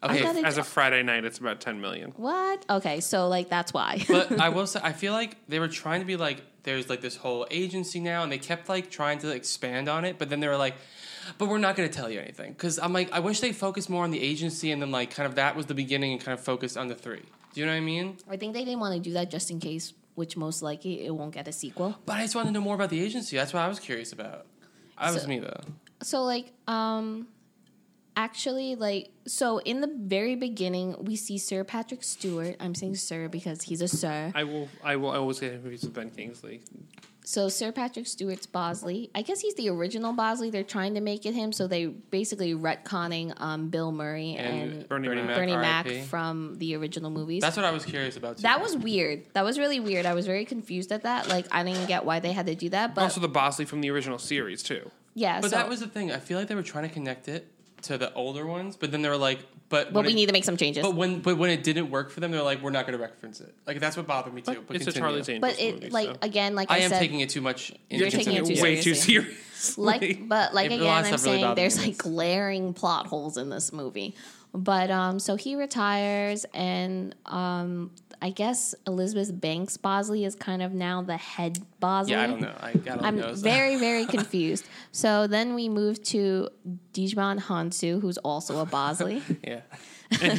Okay, thought it- As of Friday night, it's about ten million. What? Okay, so like that's why. but I will say, I feel like they were trying to be like, there's like this whole agency now, and they kept like trying to expand on it, but then they were like, but we're not going to tell you anything. Because I'm like, I wish they focused more on the agency, and then like kind of that was the beginning and kind of focused on the three. Do you know what I mean? I think they didn't want to do that just in case, which most likely it won't get a sequel. But I just wanted to know more about the agency. That's what I was curious about. That was So- me though. So like, um, actually, like, so in the very beginning, we see Sir Patrick Stewart. I'm saying Sir because he's a Sir. I will. I will always get confused with Ben Kingsley. So Sir Patrick Stewart's Bosley. I guess he's the original Bosley. They're trying to make it him, so they basically retconning um, Bill Murray and, And Bernie Mac. Bernie Mac RIP. from the original movies. That's what I was curious about. Too. That was weird. That was really weird. I was very confused at that. Like, I didn't get why they had to do that. But also the Bosley from the original series too. yeah, But so, that was the thing. I feel like they were trying to connect it to the older ones, but then they were like, but But when we it- need to make some changes. But when but when it didn't work for them, they're like, we're not going to reference it. Like that's what bothered me too. But it's continue. a Charlie's Angels But it, movie, like so. again, like I, I am said, taking it too much. into You're taking it too consideration. way too seriously. serious. like, but like It- a again, lot of I'm stuff really saying bothered there's me in like this. glaring plot holes in this movie. But um, so he retires, and um, I guess Elizabeth Banks Bosley is kind of now the head Bosley. Yeah, I don't know. I, I don't I'm know. very, very confused. So then we move to Dijman Hansu, who's also a Bosley. yeah. and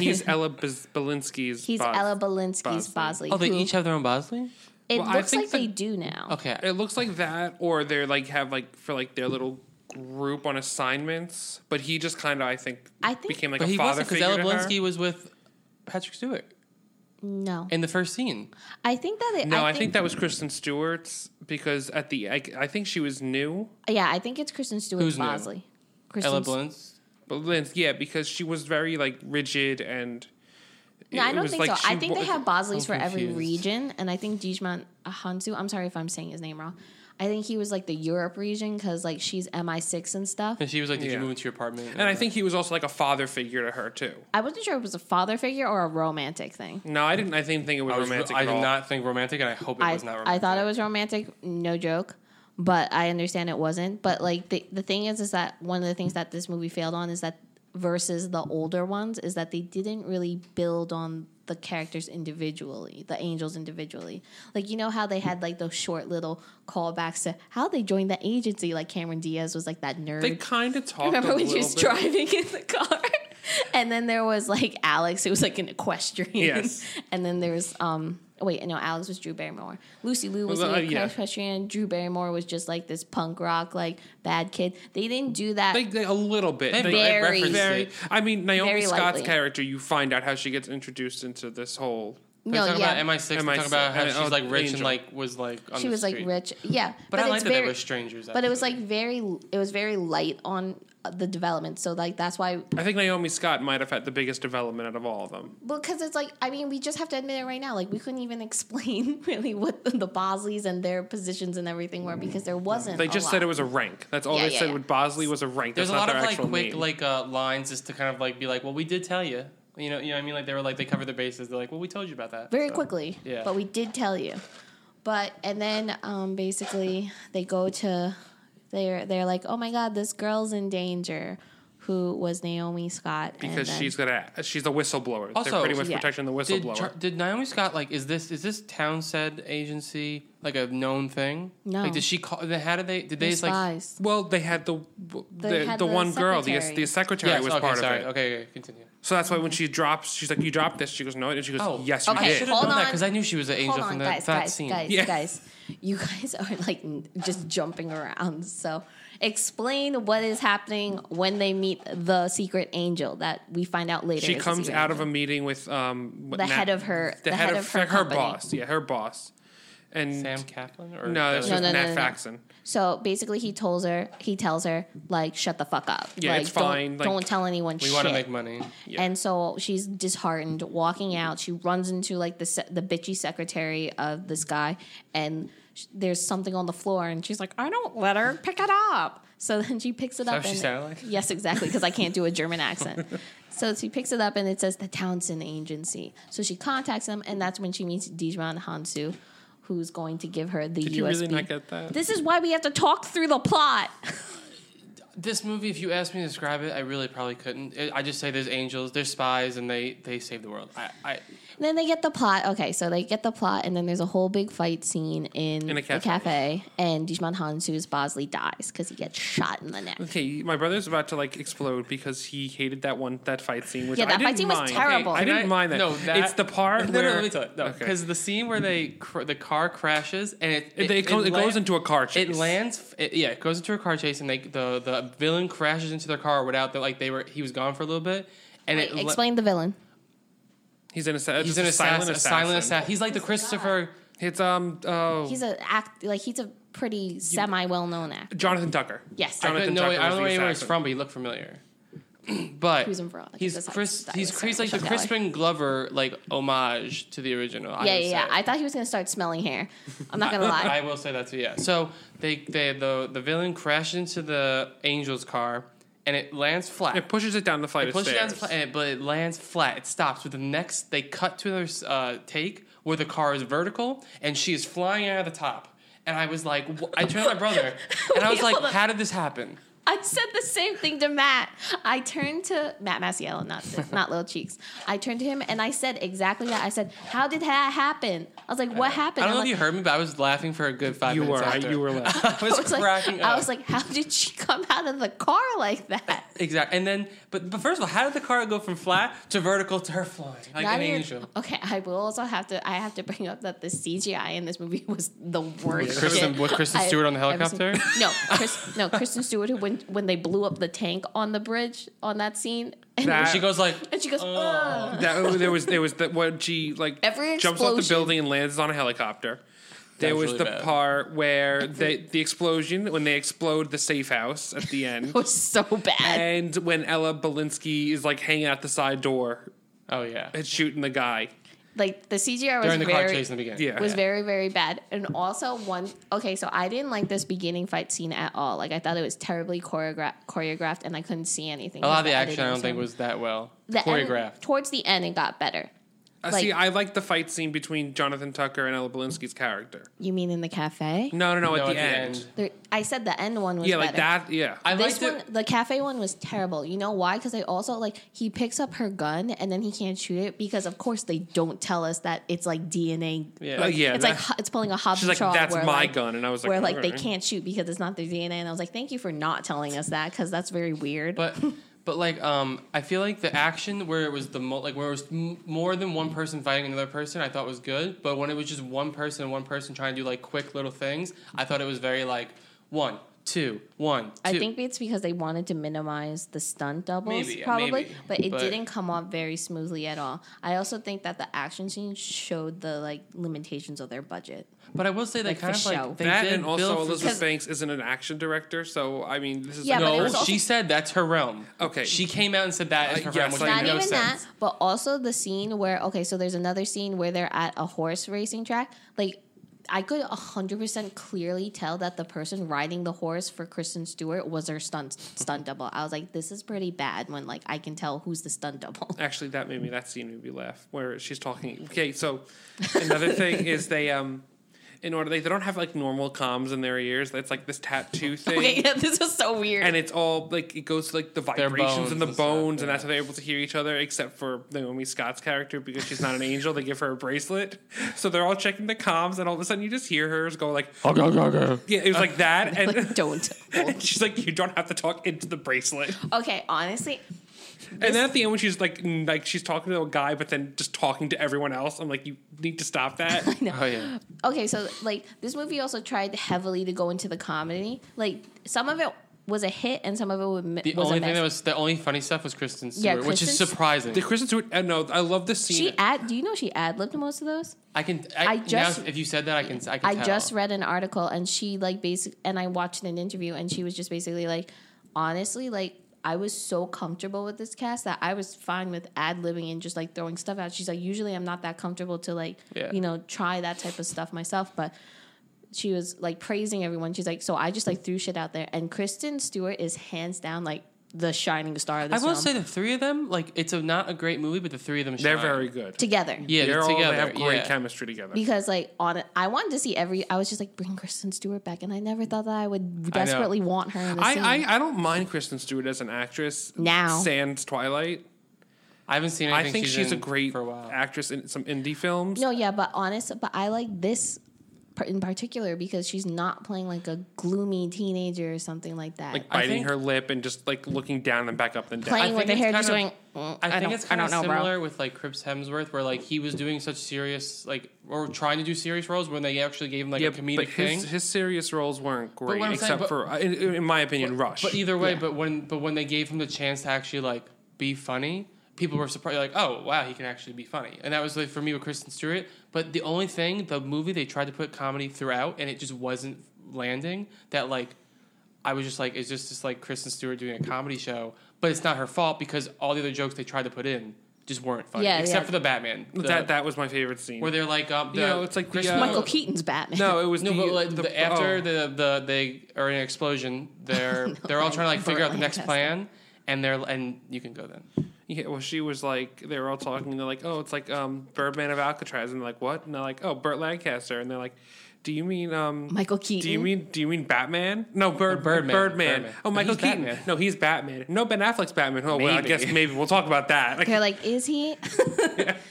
he's Ella Bas- Belinsky's. He's Bos- Ella Belinsky's Bosley. Oh, they who- each have their own Bosley. It Well, I looks think like they that- do now. Okay. It looks like that, or they're like have like for like their little group on assignments. But he just kind of, I think, I think- became like but a he father wasn't because figure Ella to her. Blinsky was with Patrick Stewart No, in the first scene. I think that it. No, I think, think, that was Kristen Stewart's because at the I, I think she was new, Yeah, I think it's Kristen Stewart Who's new? Bosley. Kristen Ella S- Blins. but Lynn, yeah, because she was very like rigid and. No, I it don't was think like so. I she think they wa- have Bosleys for every confused. region, and I think Dijman Hansu. I'm sorry if I'm saying his name wrong. I think he was like the Europe region because like she's MI6 and stuff. And she was like, "Did you Yeah. move into your apartment?" And I think he was also like a father figure to her too. I wasn't sure if it was a father figure or a romantic thing. No, I didn't. I didn't think it was, I, was, romantic. I at did all. not think romantic, and I hope it I, was not romantic. I thought it was romantic, no joke. But I understand it wasn't. But like the the thing is, is that one of the things that this movie failed on is that versus the older ones is that they didn't really build on the characters individually, the angels individually. Like you know how they had like those short little callbacks to how they joined the agency. Like Cameron Diaz was like that nerd. They kind of talked. Remember a when she little was bit. driving in the car? And then there was like Alex, who was like an equestrian. Yes. And then there was um wait, no, Alex was Drew Barrymore. Lucy Liu was Well, the uh, yeah. equestrian. Drew Barrymore was just like this punk rock, like bad kid. They didn't do that. They, they- a little bit. They They- very- referenced Very- it. I mean, Naomi very Scott's lightly. character. You find out how she gets introduced into this whole. They no, talk yeah. about MI6. They talk MI6, about how and, she's oh, like rich and Angel. like was like on she the was like street. rich. Yeah. But, I it's like that they very- were strangers. But it was like very it was very light on uh, the development. So like that's why I think Naomi Scott might have had the biggest development out of all of them. because it's like I mean we just have to admit it right now like we couldn't even explain really what the, the Bosleys and their positions and everything were because there wasn't. They a just said lot. it was a rank. That's all Yeah, they yeah, said. yeah. With Bosley was a rank. there's a That's lot not of their like actual quick name. like uh, lines just to kind of like be like, well, we did tell you, you know, you know, what I mean, like they were like they covered their bases. They're like, well, we told you about that very So- quickly. Yeah. But we did tell you. But and then um, basically they go to they're they're like, oh my god, this girl's in danger, who was Naomi Scott and because then- she's gonna she's a whistleblower. Also- They're pretty much Yeah. protecting the Did, whistleblower. Char- did Naomi Scott like is this is this Townsend agency like a known thing? No. Like did she call? then How did they? Did they they're just like? spies. well, they had the the, They had the the one girl, the secretary. the secretary Yes, was okay, part sorry. of it. Okay, okay, continue. So that's why when she drops, she's like, "You dropped this." She goes, "No," and she goes, Oh, "Yes, okay. you I should have did." Hold known that on. because I knew she was an angel Hold from on, that, guys, that guys, scene. guys, Yeah. guys. You guys are like n- just jumping around. So explain what is happening when they meet the secret angel that we find out later. She is a comes secret out of a angel. meeting with um what, The head of her- the, head, of, her, company. boss yeah her boss and Sam Kaplan or no that's No, just no, no, Nat no, no. Faxon So basically, he tells her. He tells her like, "Shut the fuck up. Yeah, like, it's don't- fine, like, Don't, tell anyone. we shit. want to make money. And so she's disheartened, Mm-hmm. walking out. She runs into like the se- the bitchy secretary of this guy, and sh- there's something on the floor, and she's like, "I don't let her pick it up." So then she picks it that up. what she and- sounded like? Yes, exactly, because I can't do a German accent. So she picks it up, and it says the Townsend Agency. So she contacts them, and that's when she meets Dijman Hansu, who's going to give her the did USB. you really not get that this is why we have to talk through the plot. This movie, if you asked me to describe it, I really probably couldn't. It, I just say there's angels, there's spies, and they they save the world. I, I And then they get the plot. Okay, so they get the plot, and then there's a whole big fight scene in, In a the cafe. cafe, and Dijman Hansu's Bosley dies because he gets shot in the neck. okay my brother's about to like explode because he hated that one that fight scene which Yeah, I that didn't fight scene was mind. terrible. I Can didn't mind that No, that it's the part No, where no, let me tell you. No, Okay. because the scene where they cr- the car crashes and it It- it goes- it goes into a car It chase. lands. It, yeah, it goes into a car chase, and they the the villain crashes into their car without that. Like they were, he was gone for a little bit, and Wait, it le- explain the villain. he's in a He's an assassin, silent a silent assassin. He's like the Christopher. it's um oh He's a act like he's a pretty semi well known actor. Jonathan Tucker Yes. I, Jonathan couldn't know, Tucker I was don't know the where he's assassin. from, but he looked familiar. but He was in Veronica, he's that's how- Chris. that He's was Chris, like the Michelle Gellar. Crispin Glover, like homage to the original. I yeah, would yeah, yeah. say. I thought he was gonna start smelling hair. I'm not gonna lie. I will say that too. Yeah. So they they the the villain crashes into the angel's car and it lands flat. it pushes it down the flight It of pushes down, stairs the fla- and- but it lands flat. It stops. But the next they cut to their uh, take where the car is vertical and she is flying out of the top. And I was like, wh- I turned to my brother and I was Wait, like, hold on. how did this happen? I said the same thing to Matt. I turned to Matt Masiello, not not Lil Cheeks. I turned to him and I said exactly that. I said, "How did that happen?" I was like, "What happened?" Uh, I don't know I'm if you like- heard me, but I was laughing for a good five you minutes. were after. you were left I was, I was cracking like, up. I was like, "How did she come out of the car like that?" exactly. And then, but, but first of all, how did the car go from flat to vertical to her flying like Not an even- angel? Okay, I will also have to. I have to bring up that the CGI in this movie was the worst. With Kristen- shit with Kristen I've Stewart on the ever seen. helicopter? No, Chris, no, Kristen Stewart. Who when when they blew up the tank on the bridge on that scene, and, That- She goes like, and she goes, "Ugh." That there was there was the what she like Every jumps off the explosion. building and lands on a helicopter. There was was, really the bad. part where they, the explosion when they explode the safe house at the end, It was so bad. and when Ella Belinsky is like hanging out the side door oh yeah, and shooting the guy. Like the CGI was during the very car chase in the beginning. Yeah, was very very bad. And also one okay, so I didn't like this beginning fight scene at all. Like I thought it was terribly choreographed, choreographed, and I couldn't see anything. A lot of the The action editing I don't think so- was that well The end- choreographed. towards the end, it got better. Uh, like- See, I like the fight scene between Jonathan Tucker and Ella Belinsky's character. You mean in the cafe? No, no, no, at, No, the, end. There, I said the end one was Yeah, better. like that. Yeah, I This liked one, it. the cafe one was terrible. You know why? Because they also like he picks up her gun and then he can't shoot it because of course they don't tell us that it's like DNA. Yeah. Uh, yeah, it's that- like ho- it's pulling a Hobbs She's and like, Shaw. "That's where, my like- gun," and I was like, where like they "Alright." can't shoot because it's not their DNA. And I was like, thank you for not telling us that because that's very weird. But but like um, I feel like the action where it was the mo- like where it was m- more than one person fighting another person, I thought was good. But when it was just one person and one person trying to do like quick little things, I thought it was very like one, two, one, two. I think it's because they wanted to minimize the stunt doubles, Maybe, yeah, probably, maybe. but it But- didn't come off very smoothly at all. I also think that the action scenes showed the like limitations of their budget. But I will say they Like, for kind of show. like they that did and also build for- Elizabeth 'Cause- Banks isn't an action director, so I mean, this is Yeah, like, but No, it was also- she said that's her realm. Okay. she came out and said that is her Uh, realm, yes, which made I Not know. no even sense. that, but also the scene where okay, so there's another scene where they're at a horse racing track. Like I could hundred percent clearly tell that the person riding the horse for Kristen Stewart was her stunt stunt double. I was like, this is pretty bad when like I can tell who's the stunt double. actually that made me that scene made me laugh where she's talking okay so another thing is they um in order they, they don't have like normal comms in their ears that's like this tattoo thing Okay, yeah, this is so weird. and it's all like it goes to like the Their vibrations bones and the and stuff, bones and yeah. that's how they're able to hear each other except for naomi scott's character because she's not an angel they give her a bracelet so they're all checking the comms and all of a sudden you just hear hers go like yeah it was like that and like, don't. and she's like you don't have to talk into the bracelet Okay, honestly, And then at the end, when she's like, mm, like she's talking to a guy, but then just talking to everyone else, I'm like, you need to stop that. Oh yeah, okay, so like this movie also tried heavily to go into the comedy. Like some of it was a hit and some of it would, mi- The was only a thing mess. that was the only funny stuff was Kristen Stewart, Yeah, which is Kristen- surprising. The Kristen Stewart. And no, I love this scene. she ad. Do you know she ad libbed most of those? I can. I, I just- now, if you said that, I can. I can. I tell. just read an article and she like basic and I watched an interview and she was just basically like, honestly, like I was so comfortable with this cast that I was fine with ad libbing and just like throwing stuff out. She's like, usually I'm not that comfortable to like Yeah. you know try that type of stuff myself, but she was like praising everyone. She's like, so I just like threw shit out there and Kristen Stewart is hands down like the shining star of I this will film. say the three of them, like it's a, not a great movie, but the three of them, They're shine. very good. together. Yeah, They're they're all, together. they have great yeah. chemistry together. because like on it, I wanted to see every. I was just like bring Kristen Stewart back, and I never thought that I would I know. desperately want her in the scene. I, I, I don't mind Kristen Stewart as an actress. Now. Sans Twilight. I haven't seen. I Anything think, she's, a in great for a while. actress in some indie films. no, yeah, but honest, but I like this par- in particular because she's not playing like a gloomy teenager or something like that. Like biting think- her lip and just like looking down and back up and down. I playing think with the it's hair, kind just of- doing. "Mm, I, think don't- it's kind I of don't know, similar bro. with like Chris Hemsworth, where like he was doing such serious, like or trying to do serious roles when they actually gave him like a comedic but thing. his, his serious roles weren't great, what I'm saying, except but- for, uh, in, in my opinion, Rush. But either way, but when but when they gave him the chance to actually like be funny, people were surprised. Like, oh wow, he can actually be funny, and that was like for me with Kristen Stewart. But the only thing, the movie they tried to put comedy throughout, and it just wasn't landing. That like, I was just like, it's just just like Kristen Stewart doing a comedy show, but it's not her fault because all the other jokes they tried to put in just weren't funny, Yeah, except yeah. for the Batman. The- that that was my favorite scene. where they're like, um, the, You know, it's like the, Kristen- uh, Michael Keaton's Batman. no, it was no, the, but like the, the- after oh. the the they are in an explosion. They're they're all trying to like figure out the next Lancaster. plan, and they're and you can go then. Yeah, well, she was like, they were all talking. They're like, oh, it's like um, Birdman of Alcatraz, and they're like, what? And they're like, oh, Burt Lancaster, and they're like, do you mean um, Michael Keaton. Do you mean do you mean Batman? No, Bird, Oh, Birdman. Birdman. Birdman. Birdman. Oh, Michael He's Keaton. Batman. No, he's Batman. No, Ben Affleck's Batman. Oh, well, I Maybe. guess maybe we'll talk about that. Like, They're like, is he?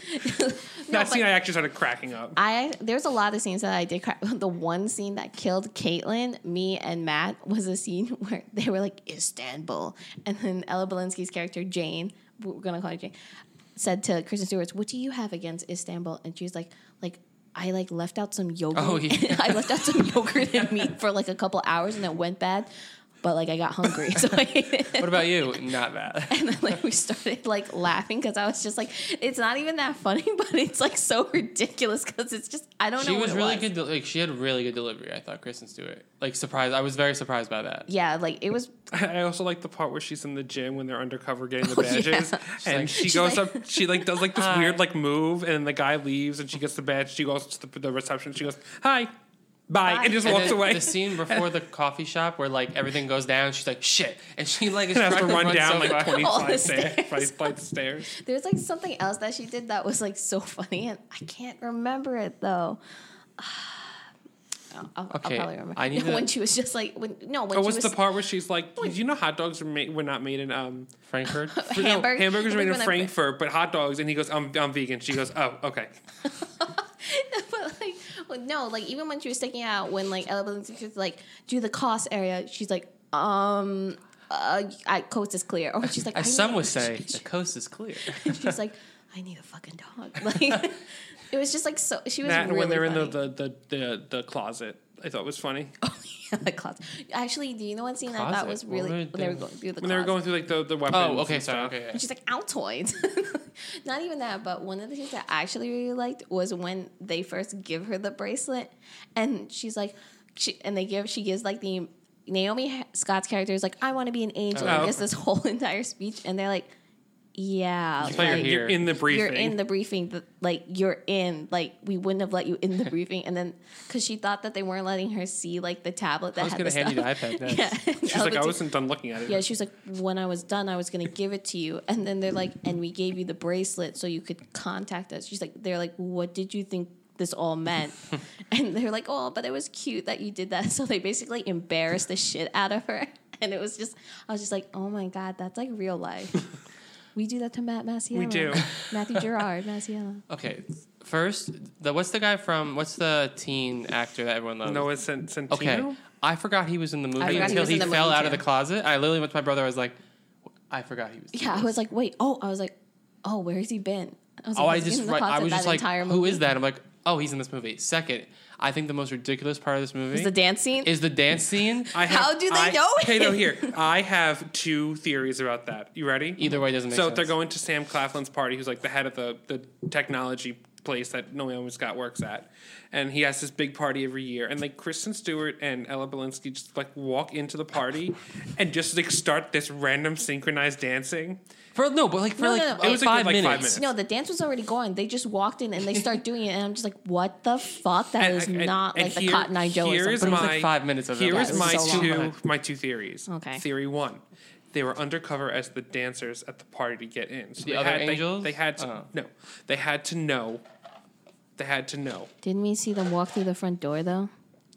that but- scene, I actually started cracking up. I there's a lot of scenes that I did. Cry. The one scene that killed Caitlin, me, and Matt was a scene where they were like Istanbul, and then Ella Balinski's character Jane, we're gonna call her Jane, said to Kristen Stewart, "What do you have against Istanbul?" And she's like, "Like." I like left out some yogurt. Oh, yeah. I left out some yogurt and meat for like a couple hours, and it went bad. But like I got hungry, so I ate it What about you? Not that. and then like we started like laughing because I was just like, it's not even that funny, but it's like so ridiculous because it's just I don't She know. what was it really good. del- Like she had really good delivery. I thought Kristen Stewart. Like surprised. I was very surprised by that. Yeah, like it was. I also like the part where she's in the gym when they're undercover getting the badges, and like- she goes Oh, like- up. She like does like this weird like move, and the guy leaves, and she gets the badge. She goes to the, the reception. She goes, "Hi, bye," and just And walks then away. The scene before the coffee shop where like everything goes down. She's like shit, and she like is and trying has to run down so like fast. twenty All the five stairs, stairs. 25 stairs. There's like something else that she did that was like so funny, and I can't remember it though. I'll, I'll- Okay, I'll probably remember. I need to- when she was just like when no when Oh, she what's was the part where she's like, "Did you know hot dogs were, made, were not made in um, Frankfurt. But no, Hamburg- hamburgers are made in when I- Frankfurt, but hot dogs. And he goes, I'm, I'm vegan. She goes, oh, okay. but like well, no like even when she was taking out when like Ella Balinski was like do the cost area, she's like um. Uh, I, coast is clear, or she's like. I As some need- would say, she- the coast is clear. She's like, I need a fucking dog. Like, it was just like so. She was That and really when they're funny. Oh, in the, the, the, the, the closet, I thought was funny. the closet. Actually, do you know one scene I Closet? thought was What were really? they They were doing? going through the When they were closet. going through like the, the weapons. oh, okay, and sorry. stuff. Okay, yeah. And she's like Altoids. Not even that, but one of the things that I actually really liked was when they first give her the bracelet, and she's like, she and they give she gives like the Naomi Ha- Scott's character is like, I want to be an angel. Oh. and gives this whole entire speech, and they're like, Yeah, why you're like, here. You're in the briefing. You're in the briefing, th- like you're in, like we wouldn't have let you in the briefing, and then because she thought that they weren't letting her see like the tablet that I was had gonna the hand you the stuff. iPad. Next. Yeah, and She's like, I Albertine- wasn't done looking at it. Yeah, she was like, when I was done, I was gonna give it to you, and then they're like, and we gave you the bracelet so you could contact us. She's like, they're like, what did you think this all meant? and they're like, oh, but it was cute that you did that. So they basically embarrassed the shit out of her, and it was just, I was just like, oh my god, that's like real life. We do that to Matt Maciello. We do. Matthew Gerard Maciello. Okay, first, the, what's the guy from? What's the teen actor that everyone loves? Noah Cent- Centino? Okay, I forgot he was in the movie forgot he until was he, in the fell movie, out of too. the closet. I literally went to my brother. I was like, I forgot he was. Yeah, I was like, wait, oh, I was like, oh, where has he been? I was Oh, like, I he's just in the right, I closet was that just like, entire who movie. is that? I'm like, oh, he's in this movie. Second, I think the most ridiculous part of this movie Is the dance scene? is the dance scene. I How do they I- know Okay, no, it? here. I have two theories about that. You ready? Either way doesn't make so sense. they're going to Sam Claflin's party, who's like the head of the, the technology place that Naomi Scott works at. And he has this big party every year. And like Kristen Stewart and Ella Balinski just like walk into the party and just like start this random synchronized dancing. for no, but like for No, like no, no. eight- It was a good, five, like, five minutes. minutes. No, the dance was already going. They just walked in and they start doing it, and I'm just like, "What the fuck? That is not like the here- Cotton Eye Joe." Or here's something. But it was, like, five minutes of it. Here Yeah, is it was my so long. two my two theories. Okay. Theory one, they were undercover as the dancers at the party to get in. So The they other had, they- angels? They, had to Oh. no. They had to know. They had to know. Didn't we see them walk through the front door though?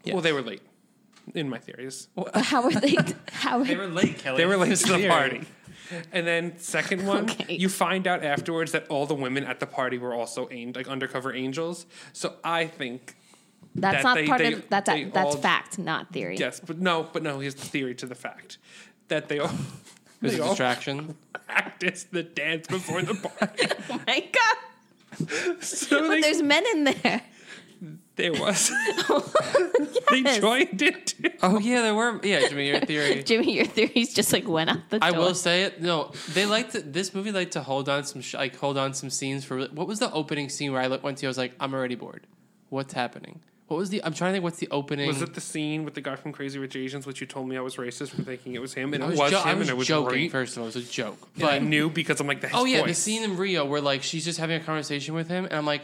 Well, they were late. In my theories, But how were they? How were, They were late, Kelly. they were late to the Theory. party. And then second one, Okay. you find out afterwards that all the women at the party were also aimed like undercover angels. So I think that's that not they- part they- of that's they that's all- fact, not theory. yes, but no, but no. Here's the theory to the fact that they all It was they a all distraction. practice the dance before the party. Oh my god! so But they, there's men in there. there was. They joined it. Oh yeah, there were. Yeah, I mean, your theory. Jimmy, your theories just like went out the door. I will say it. No, they like to, this movie. Like to hold on some, sh- like hold on some scenes for. What was the opening scene where I look- went to? I was like, I'm already bored. What's happening? What was the? I'm trying to think. What's the opening? Was it the scene with the guy from Crazy Rich Asians, which you told me I was racist for thinking it was him, and I it was, was, jo- him, I was and it was joking. great. First of all, it was a joke. And I But knew because I'm like the oh yeah, the voice. scene in Rio where like she's just having a conversation with him, and I'm like,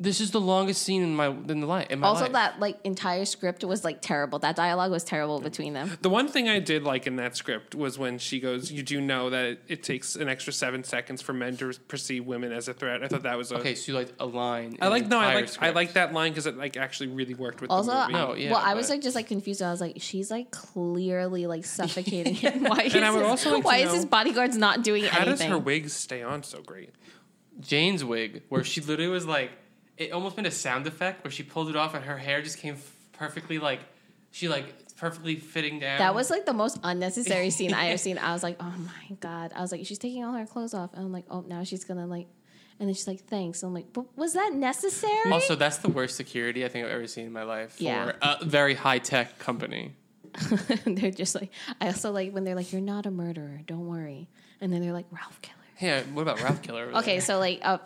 this is the longest scene in my in the life. In my Also, life. that like entire script was like terrible. That dialogue was terrible between them. The one thing I did like in that script was when she goes, "You do know that it, it takes an extra seven seconds for men to perceive women as a threat." I thought that was a, Okay, so you like a line. I in like the no, I entire like I script. like that line because it like actually really worked with Also, the movie. No, yeah, well, I was but- like just like confused. I was like, she's like clearly like suffocating him. Why is, And I would his, also like to why is know- his bodyguards not doing How does anything? her wig stay on so great? Jane's wig, where she literally was like, it almost made a sound effect where she pulled it off and her hair just came f- perfectly like, she like perfectly fitting down. that was like the most unnecessary scene I have seen. I was like, oh my god. I was like, she's taking all her clothes off, and I'm like, oh, now she's gonna like. And then she's like, thanks. I'm like, but was that necessary? also that's the worst security I think I've ever seen in my life for Yeah. a very high tech company. they're just like, I also like when they're like, you're not a murderer, don't worry. And then they're like, Ralph Killer. Yeah, what about Ralph Killer? over Okay, there? so like a,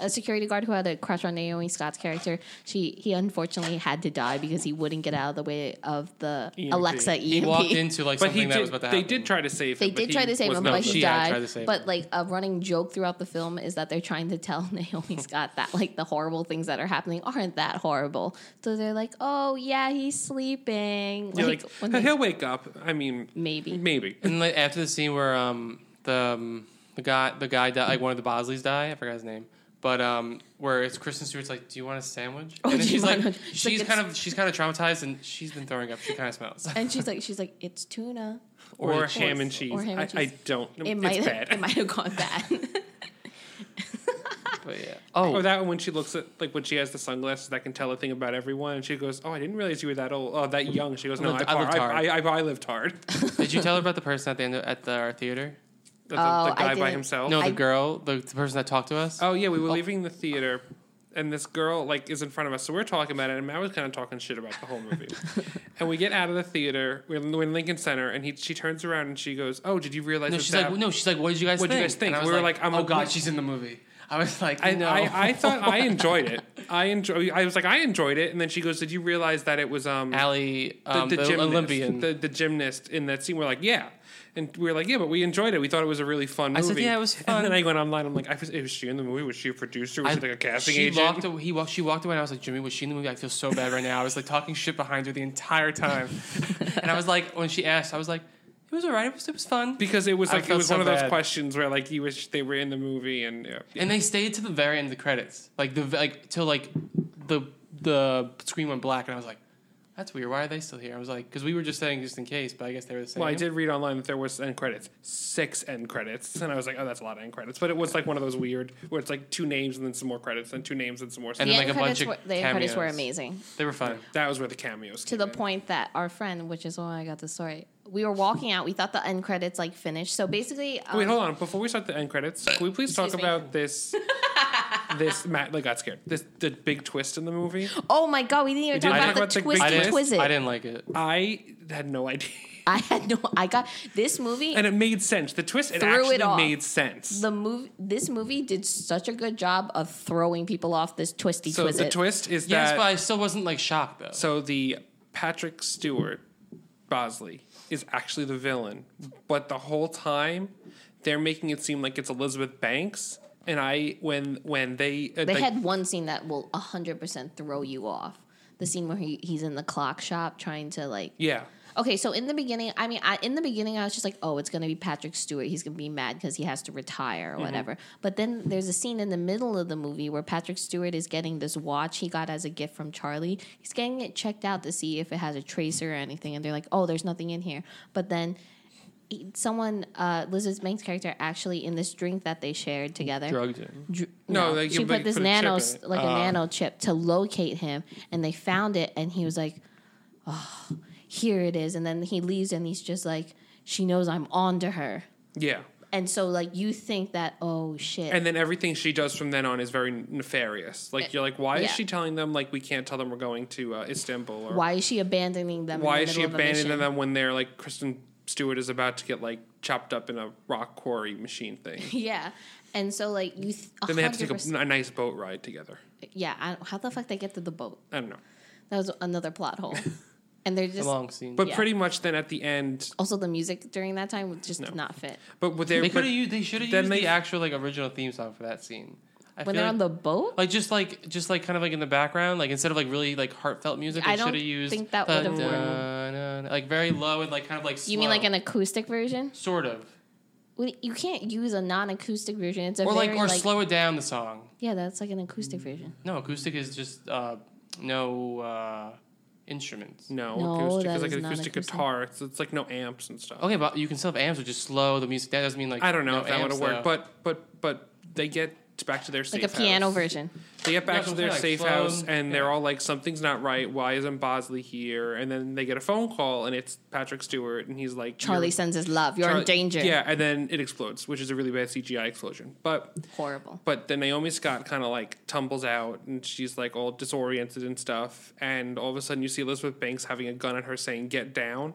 a security guard who had a crush on Naomi Scott's character, she he unfortunately had to die because he wouldn't get out of the way of the Alexa EMP. E he walked into like But something he that was did. about to happen. They did try to save. they him, but did he try to save was him, no, not but he she had tried to died. save But him. like a running joke throughout the film is that they're trying to tell Naomi Scott that like the horrible things that are happening aren't that horrible. So they're like, oh yeah, he's sleeping. You're like, when "Oh, they- he'll wake up. I mean, Maybe. maybe. And like after the scene where um the um, the guy the guy di- like one of the Bosleys die, I forgot his name. But um, where it's Kristen Stewart's like, "Do you want a sandwich?" Oh, and then do you she's like, want a- She's like, she's "It's- kind of she's kind of traumatized, and she's been throwing up. She kind of smells. and she's like, she's like, it's tuna. Or, Or ham and cheese. Or ham and I, I cheese. don't. It it's might bad. it might have gone bad. But yeah. Or Oh, that one when she looks at like when she has the sunglasses that can tell a thing about everyone, and she goes, "Oh, I didn't realize you were that old. Oh, that young." She goes, "No, I, lived- I lived I, hard." I, I, I lived hard." did you tell her about the person at the end of, at the our theater? The, Oh, the I guy by didn't. himself. No, the I- girl, the, the person that talked to us. Oh yeah, we were leaving the theater, and this girl like is in front of us, so we're talking about it, and Matt was kind of talking shit about the whole movie. and we get out of the theater, we're in, we're in Lincoln Center, and he she turns around and she goes, "Oh, did you realize?" no, that she's like, that- no, she's like, what did you guys What did think? you guys think? And I was We were like, I'm oh a- god, she's in the movie. I was like, I, no. I, I thought I enjoyed it. I enjoy. I was like, I enjoyed it, and then she goes, "Did you realize that it was um Allie, um, the, gymnast, Olympian. the, the gymnast in that scene. We're like, yeah, and we were like, yeah, but we enjoyed it. We thought it was a really fun I movie. said, yeah, it was fun. And then I went online. I'm like, I was, was she in the movie? Was she a producer? Was I- she like a casting she agent? Walked away, he walked. She walked away, and I was like, "Jimmy, was she in the movie?" I feel so bad right now. I was like talking shit behind her the entire time, and I was like, when she asked, I was like, "It was alright. It was, it was fun." because it was I like it felt was so one of those bad. questions where like you wish they were in the movie and yeah. and they stayed to the very end of the credits, like the like till like the the screen went black, and I was like, "That's weird. Why are they still here?" I was like, "Because we were just saying just in case," but I guess they were the same. Well, I did read online that there was end credits, six end credits, and I was like, oh, that's a lot of end credits. But it was like one of those weird where it's like two names and then some more credits, and two names and some more. And the then, like, end a bunch credits of were the end credits were cameos. amazing. They were fun. that was where the cameos to came the in. point that our friend, which is when I got the story, we were walking out. We thought the end credits like finished. So basically, um, Wait, hold on. Before we start the end credits, can we please talk Excuse me. about this this Matt like got scared. This the big twist in the movie. Oh my god, we didn't even didn't talk about, talk about the the big twisty I didn't, twizzit. I didn't like it. I had no idea, I had no. I got this movie. and it made sense. The twist it Threw it actually off. made sense. the movie. This movie did such a good job of throwing people off this twisty so the twizzit. twist is Yes, that but I still wasn't like shocked though. so the Patrick Stewart Bosley is actually the villain, but the whole time they're making it seem like it's Elizabeth Banks. And I when when they uh, they like- had one scene that will hundred percent throw you off. The scene where he, he's in the clock shop trying to like. yeah Okay, so in the beginning, I mean, I, in the beginning, I was just like, "Oh, it's gonna be Patrick Stewart. He's gonna be mad because he has to retire or whatever." But then there's a scene in the middle of the movie where Patrick Stewart is getting this watch he got as a gift from Charlie. He's getting it checked out to see if it has a tracer or anything, and they're like, "Oh, there's nothing in here." But then he- someone, uh, Liz's Banks character, actually in this drink that they shared together, drugged him. dr- No, no, like, she you put put- this put a chip nano in s- it. Ah. like a nano chip to locate him, and they found it, and he was like, "Oh, here it is." And then he leaves, and he's just like, "She knows I'm on to her," yeah and so like you think that, "Oh shit," and then everything she does from then on is very nefarious. Like you're like, why yeah. is she telling them like we can't tell them we're going to uh, Istanbul or why is she abandoning them? why in the is she middle of a mission? abandoning them when they're like Kristen Stewart is about to get like chopped up in a rock quarry machine thing? Yeah, and so like you. Th- then they have to take 100%, a, a nice boat ride together. Yeah, I, don't- how the fuck they get to the boat? I don't know, That was another plot hole, and they're just. A long scene. but Yeah. pretty much then at the end, also, the music during that time was just did not fit. but what they, they could but, have used. They should have then used they- the actual like original theme song for that scene. I When feel they're like, on the boat, like just like just like kind of like in the background, like instead of like really like heartfelt music, I they should don't have used think that dun, would've worked. dun, dun, dun, like very low and like kind of like slow. you mean like an acoustic version? sort of Well, You can't use a non-acoustic version. It's a or like very, or slow it down the song. Yeah, that's like an Mm. acoustic version. No, acoustic is just uh, no uh, instruments. no, No, acoustic that is like is an not acoustic acoustic. guitar. It's, it's like no amps and stuff. Okay, but you can still have amps, or just slow the music. That doesn't mean like I don't know Oh, no if that would amps, have worked, though. but but but they get back to their safe Like a piano house. version. They get back Yeah, to their like safe phone, house and they're yeah. all like, something's not right. Why isn't Bosley here? And then they get a phone call and it's Patrick Stewart and he's like, Charlie "You're- sends his love. You're Charlie-" in danger. Yeah, and then it explodes, which is a really bad CGI explosion. But Horrible. but then Naomi Scott kind of like tumbles out and she's like all disoriented and stuff. And all of a sudden you see Elizabeth Banks having a gun at her saying, get down.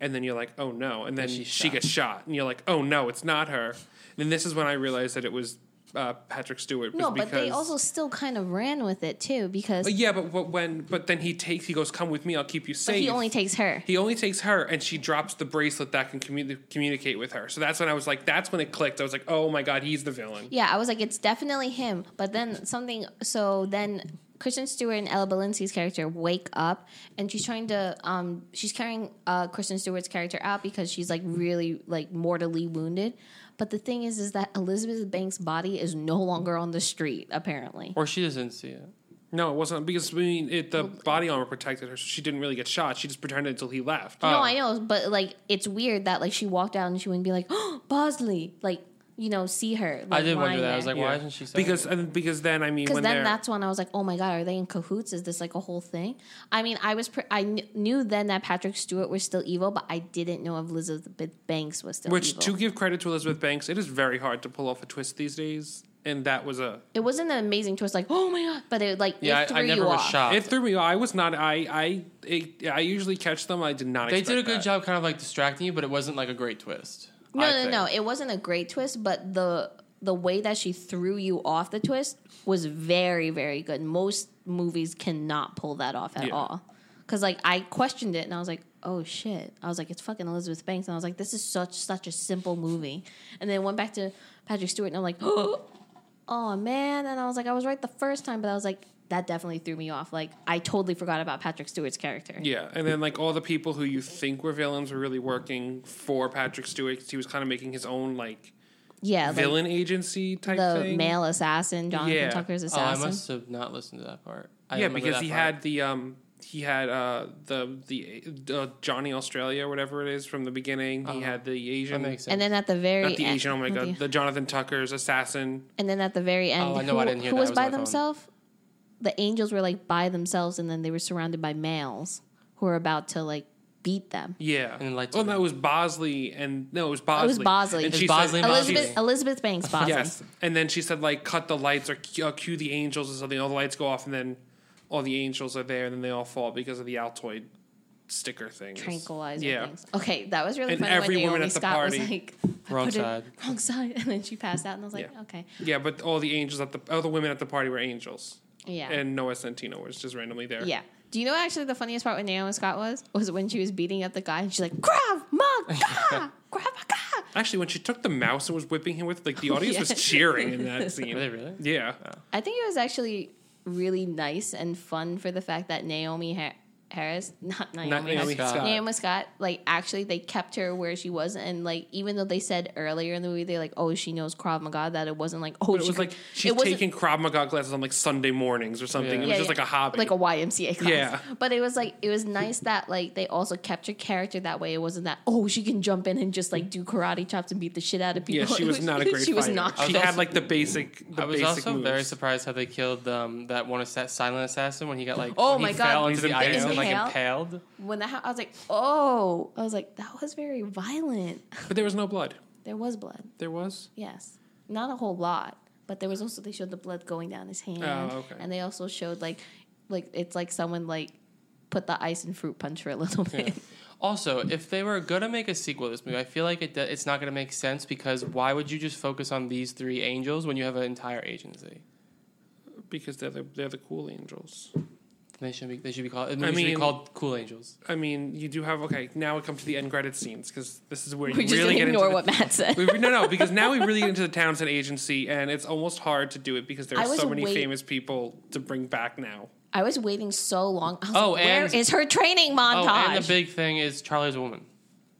And then you're like, oh no. And then she, she's shot. gets shot. And you're like, oh no, it's not her. And this is when I realized that it was uh, Patrick Stewart. was No, but they because- also still kind of ran with it too because But yeah, but, but when but then he takes he goes, "Come with me, I'll keep you but safe." he only takes her. He only takes her, and she drops the bracelet that can commu- communicate with her. So that's when I was like, that's when it clicked. I was like, oh my god, he's the villain. yeah, I was like, it's definitely him. But then something. So then Kristen Stewart and Ella Balinski's character wake up, and she's trying to. Um, she's carrying uh, Kristen Stewart's character out because she's like really like mortally wounded. But the thing is, is that Elizabeth Banks' body is no longer on the street. Apparently, or she doesn't see it. No, it wasn't because I mean, it, the body armor protected her, so she didn't really get shot. She just pretended until he left. Oh. Oh. No, I know, but like it's weird that like she walked out and she wouldn't be like, oh, Bosley, like you know, see her. Like, I did wonder lying that. I was there. like, why isn't she? saying because and because then I mean Because when then they're that's when I was like, oh my god, are they in cahoots? Is this like a whole thing? I mean, I was pre- I kn- knew then that Patrick Stewart was still evil, but I didn't know if Elizabeth Banks was still which evil. to give credit to Elizabeth Banks, it is very hard to pull off a twist these days, and that was a it wasn't an amazing twist, like oh my god, but it like Yeah, it threw I, I never you was off. shocked. it threw me. I was not. I I it, I usually catch them. I did not. they did a expect good that. job, kind of like distracting you, but it wasn't like a great twist. No, I no, think. no, it wasn't a great twist, but the the way that she threw you off the twist was very, very good. Most movies cannot pull that off at Yeah. all. Cause like I questioned it and I was like, oh shit. I was like, it's fucking Elizabeth Banks, and I was like, this is such such a simple movie. And then went back to Patrick Stewart and I'm like, oh man. And I was like, I was right the first time, but I was like, that definitely threw me off. Like I totally forgot about Patrick Stewart's character. Yeah, and then like all the people who you think were villains were really working for Patrick Stewart. 'cause He was kind of making his own like Yeah, like villain agency type the thing. male assassin, Jonathan Yeah. Tucker's Oh, I assassin. must have not listened to that part. I yeah, remember because that he part. had the um he had uh the the uh, Johnny Australia whatever it is from the beginning. He had the Asian, Uh-huh. That makes sense. And then at the very not the end, Asian. Oh my not god, the- the Jonathan Tucker's assassin. and then at the very end, Oh, I know, who, I didn't hear who that. was I was by on my phone. themselves? The angels were like by themselves, and then they were surrounded by males who were about to like beat them. Yeah. And lights oh, away. no, it was Bosley and no, it was Bosley. It was Bosley. And It's she Bosley said, and Elizabeth Bosley. Elizabeth Banks Bosley. Yes. And then she said like cut the lights or cue, uh, cue the angels or something. All the lights go off and then all the angels are there and then they all fall because of the Altoid sticker thing. Tranquilizer Yeah. things. Okay, that was really And funny every when woman Naomi at the Scott was party- like I Wrong put it- side. wrong side, and then she passed out, and I was like, Yeah. okay, Yeah, but all the angels at the all the women at the party were angels. yeah, And Noah Centino was just randomly there. yeah. Do you know what actually the funniest part with Naomi Scott was? Was when she was beating up the guy, and she's like, grab, mug, grab, grab, grab. Actually, when she took the mouse and was whipping him with, like the audience was cheering in that scene. Were they really? Yeah. I think Oh, it was actually really nice and fun for the fact that Naomi Ha- Harris, not Naomi, Not Naomi Harris, Scott. Naomi Scott, like actually they kept her where she was, and like even though they said earlier in the movie they're like, oh, she knows Krav Maga, that it wasn't like, oh, But it she was could- like she's wasn't- taking Krav Maga classes on like Sunday mornings or something. Yeah. It was Yeah, just yeah. like a hobby. like a YMCA class. Yeah. But it was like it was nice that like they also kept her character that way. It wasn't that oh she can jump in and just like do karate chops and beat the shit out of yeah, people. she It was not a great She was fighter. not. She I was had also- like the basic. The I was basic also moves. very surprised how they killed um, that one assa- silent assassin when he got like Oh when my he God. fell He's into the ice and like impaled. impaled. When that ha- I was like oh I was like that was very violent. But there was no blood. There was blood. There was. Yes, not a whole lot, but there was also they showed the blood going down his hand, Oh, okay. and they also showed like like it's like someone like put the ice in fruit punch for a little bit. Also, if they were gonna make a sequel to this movie, I feel like it do- it's not gonna make sense because why would you just focus on these three angels when you have an entire agency? because they're the, they're the cool angels. They should be they should be called. It I should be mean- called Cool Angels. I mean, you do have okay. Now we come to the end credit scenes because this is where We you just really get didn't ignore into what the, Matt said. we, no, no, because now we really get into the Townsend agency, and it's almost hard to do it because there I are was so many wait- famous people to bring back now. I was waiting so long. I was Oh, like, where and- is her training montage? Oh, and the big thing is Charlie's woman.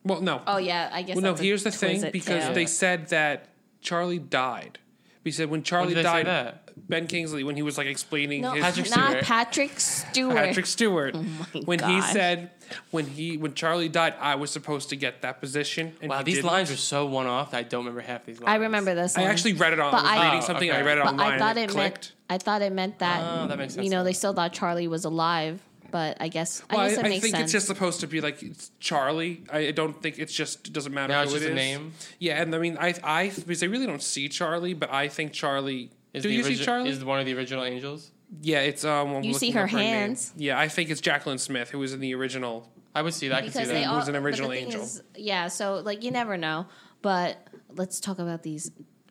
Well, no, Oh yeah, I guess. well, no. that's a Here's the thing: twist because too. they said that Charlie died. We said when Charlie did they say died, Ben Kingsley, when he was like explaining no, his Patrick not Stewart. Patrick Stewart. Oh Patrick Stewart. my when gosh. he said, when he when Charlie died, I was supposed to get that position. And Wow, he these didn't. lines are so one off. that I don't remember half these lines. I remember this. I one. actually read it on. But I was I- reading Oh, something. okay. I read it But But online. I thought and it it meant. clicked. I thought it meant that. Oh, that makes sense You know, now. they still thought Charlie was alive, but I guess Well, I I, guess it I makes think sense. it's just supposed to be like it's Charlie. I I don't think it's just it doesn't matter. Now who it's just it a is. name? Yeah, and I mean, I I because they really don't see Charlie, but I think Charlie. Is Do the you see origi- Charlie? Is one of the original angels? yeah, it's um. I'm You see looking her up name. hands. Yeah, I think it's Jacqueline Smith who was in the original. I would see that. I could see because they that. all, was an but the original thing angel. is- yeah, so like you never know. But let's talk about these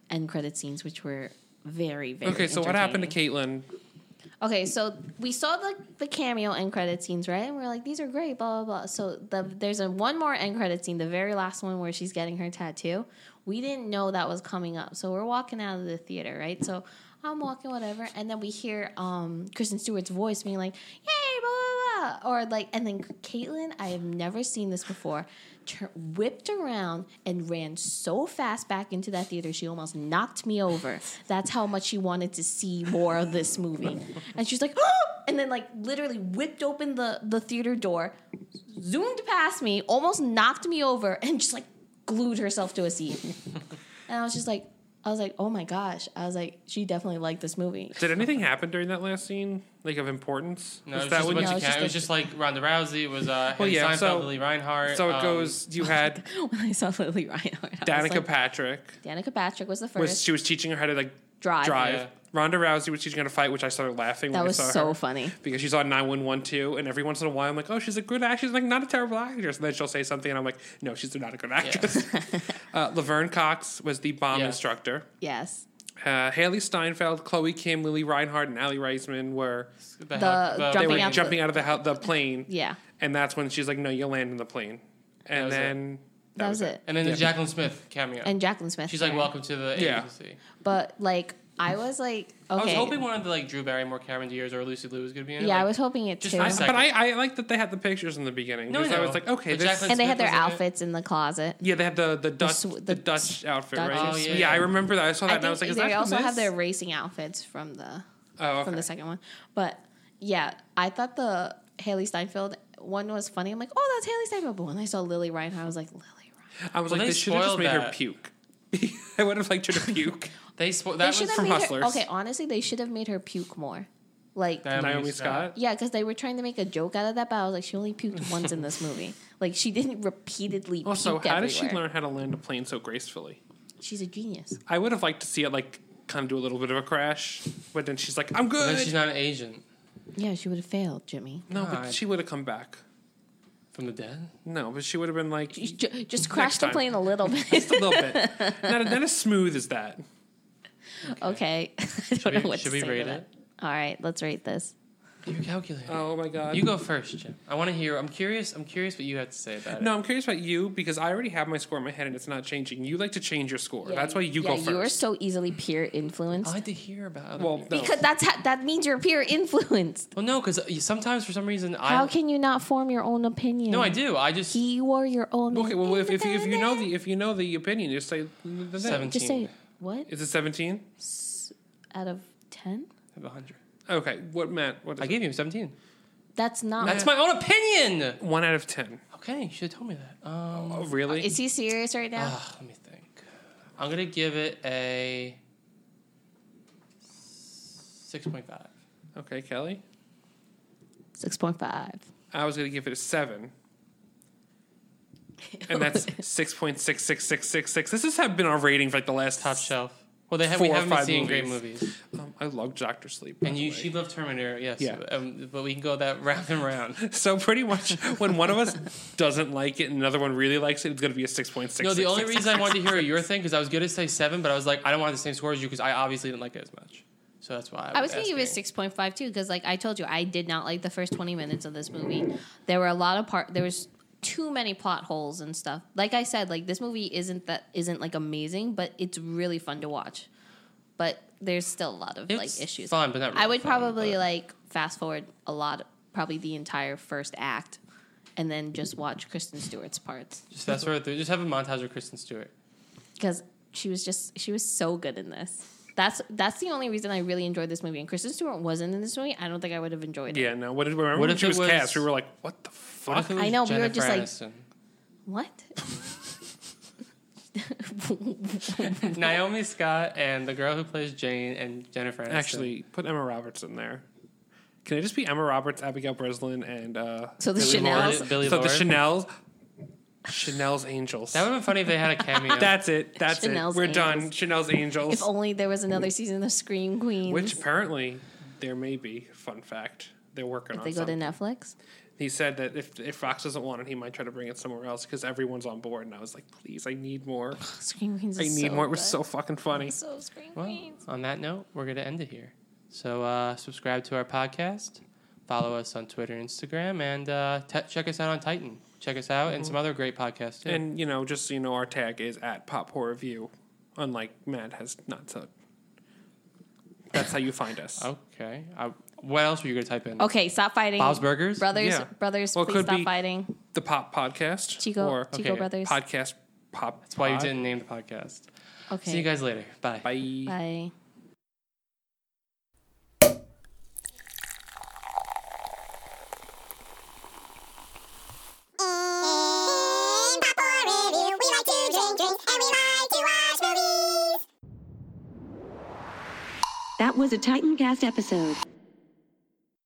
end credit scenes, which were very very. Okay, so what happened to Caitlin? Okay, so we saw the the cameo end credit scenes, right? And we are like, these are great, blah blah blah. So the there's a one more end credit scene, the very last one where she's getting her tattoo. We didn't know that was coming up, so we're walking out of the theater, right? So I'm walking, whatever, and then we hear um, Kristen Stewart's voice being like, "Yay, blah blah blah," or like, and then Caitlin, I have never seen this before, tur- whipped around and ran so fast back into that theater, she almost knocked me over. That's how much she wanted to see more of this movie. And she's like, "Ah!" and then like literally whipped open the the theater door, zoomed past me, almost knocked me over, and just like glued herself to a seat. and I was just like, I was like, oh my gosh. I was like, she definitely liked this movie. Did anything happen during that last scene, like of importance? No, Was it was, just a when bunch No, of it's cat- just it was a- just like Ronda Rousey. It was uh, Haley yeah, Steinfeld, so- Lily Reinhart. So it um, goes. You had when I saw Lily Reinhardt, I was Danica like, Patrick Danica Patrick was the first. was she was teaching her how to like Drive. Drive. Yeah. Ronda Rousey was teaching her to fight, which I started laughing. that when was I saw so her. funny. Because she's on 911 too, and every once in a while I'm like, oh, she's a good actress. Like, not a terrible actress. And then she'll say something, and I'm like, no, she's not a good actress. uh, Laverne Cox was the bomb Yeah. instructor. Yes. Uh, Haley Steinfeld, Chloe Kim, Lily Reinhardt, and Ali Reisman were the, the they were Jumping out the- jumping out of the hel- the plane. Yeah. And that's when she's like, no, you'll land in the plane. And was it. then That, was, it. and then the Jacqueline Smith cameo. And Jacqueline Smith. She's like, sorry. "Welcome to the Yeah. agency." But like, I was like, okay. I was hoping one of the like Drew Barrymore, Cameron Diaz, or Lucy Liu was going to be in it. Yeah, I like, was hoping it just too. for a I- but second. I, I like that they had the pictures in the beginning. No, because I I know. was like, okay, But this, Jacqueline- and they had their Smith was in it. outfits in the closet. yeah, they had the the Dutch sw- the, the Dutch outfit, Dutch right? Oh, yeah. yeah. I remember that. I saw that, I and I think was like, is that they from also have this? their racing outfits from the Oh, from okay. the second one. But yeah, I thought the Haley Steinfeld one was funny. I'm like, oh, that's Haley Steinfeld. But when I saw Lily Reinhart, I was like, Lily Reinhart. I was Well, like, they they, should have just spoiled made her that. puke. I would have liked her to puke. they spo- They that should was have from made Hustlers. Her, okay, honestly, they should have made her puke more. Like, Naomi Naomi Scott. Scott. yeah, because they were trying to make a joke out of that, but I was like, she only puked once in this movie. Like she didn't repeatedly. Also, puke how did she everywhere. learn how to land a plane so gracefully? She's a genius. I would have liked to see it like kind of do a little bit of a crash, but then she's like, "I'm But then good." she's not an agent Yeah, she would have failed, Jimmy. no, Nah. but she would have come back. from the dead. No, but she would have been like You ju- just crash the time. plane a little bit. just a little bit, not, not as smooth as that. okay. I don't Should know we- what should to we say to rate that. it? All right, let's rate this. Your calculator. Oh my god! you go first, Jim. I want to hear. I'm curious. I'm curious what you have to say about No, I'm curious about you because I already have my score in my head and it's not changing. You like to change your score. Yeah, That's why you yeah, go first. You are so easily peer it. I influenced. like to hear about. Other well, people. no. Because that's ha- that means you're peer influenced. well, no, because sometimes for some reason I. How can you not form your own opinion? no, I do. I just He wore your own. okay. Well, if, if, if you know the if you know the opinion, just say seventeen. the seven. just say what Is it seventeen? out of ten. I have a hundred. Okay. What Matt? What is I it? gave you seventeen. That's not. That's my own opinion. one out of ten? Okay, you should have told me that. Um, Oh, really? Is he serious right now? ah, let me think. I'm gonna give it a six point five. okay, Kelly. Six point five. I was gonna give it a seven. And that's six point six six six six six. This has been our rating for like the last Top shelf. Well, they have, we Four or haven't been five seeing great movies. movies. Um, I love Doctor Sleep. by And the you, way. she loved Terminator, yes. Yeah. Um, but we can go that round and round. So pretty much, when one of us doesn't like it and another one really likes it, it's going to be a six point six. No, the only reason I wanted to hear your thing because I was gonna say seven, but I was like, I don't want the same score as you because I obviously didn't like it as much. So that's why I, I was gonna give it six point five too because, like I told you, I did not like the first twenty minutes of this movie. There were a lot of part. There was too many plot holes and stuff. Like I said, like this movie isn't that isn't like amazing, but it's really fun to watch. But there's still a lot of It's like issues. fun, but not I really would fun, probably but- like fast forward a lot, probably the entire first act, and then just watch Kristen Stewart's parts Just that's where just have a montage of Kristen Stewart. because she was just she was so good in this. That's that's the only reason I really enjoyed this movie. And Kristen Stewart wasn't in this movie. I don't think I would have enjoyed it. Yeah, no. What did remember What when if she it was, was- cast? We were like, what the What fuck? if it was I know, we were Jennifer just like- Aniston? What? Naomi Scott and the girl who plays Jane and Jennifer Aniston. Actually, put Emma Roberts in there. Can it just be Emma Roberts, Abigail Breslin, and uh, So the Billy Chanel- Lord? Billy, Billy so the Lord. Chanel's, Chanel's Angels. That would have been funny if they had a cameo. That's it. That's Chanel's it. We're done. Angels. Chanel's Angels, if only there was another season of Scream Queens. which apparently there may be. Fun fact: they're working if on. they go something. to Netflix. He said that if, if Fox doesn't want it, he might try to bring it somewhere else because everyone's on board. And I was like, please, I need more. Scream Queens. I Is need so more. It was good. so fucking funny. so Scream Well, Queens. on that note, we're going to end it here. So uh, subscribe to our podcast, follow us on Twitter, Instagram, and uh, t- check us out on Titan. Check us out and some other great podcasts too. Mm-hmm. And you know, just so you know, our tag is at Pop Horror Review. Unlike Matt has not said. That's how you find us. Oh. okay, I, what else were you going to type in? Okay, stop fighting. Bob's Burgers? Brothers, Yeah. brothers, Well, it please could stop be- fighting. The Pop Podcast. Chico, Or Chico okay, Brothers. podcast Pop. That's why you Pod. didn't name the podcast. okay. See you guys later. Bye. Bye. Bye. In Pop Review, we like to drink, drink, and we like to watch movies. That was a Titancast episode.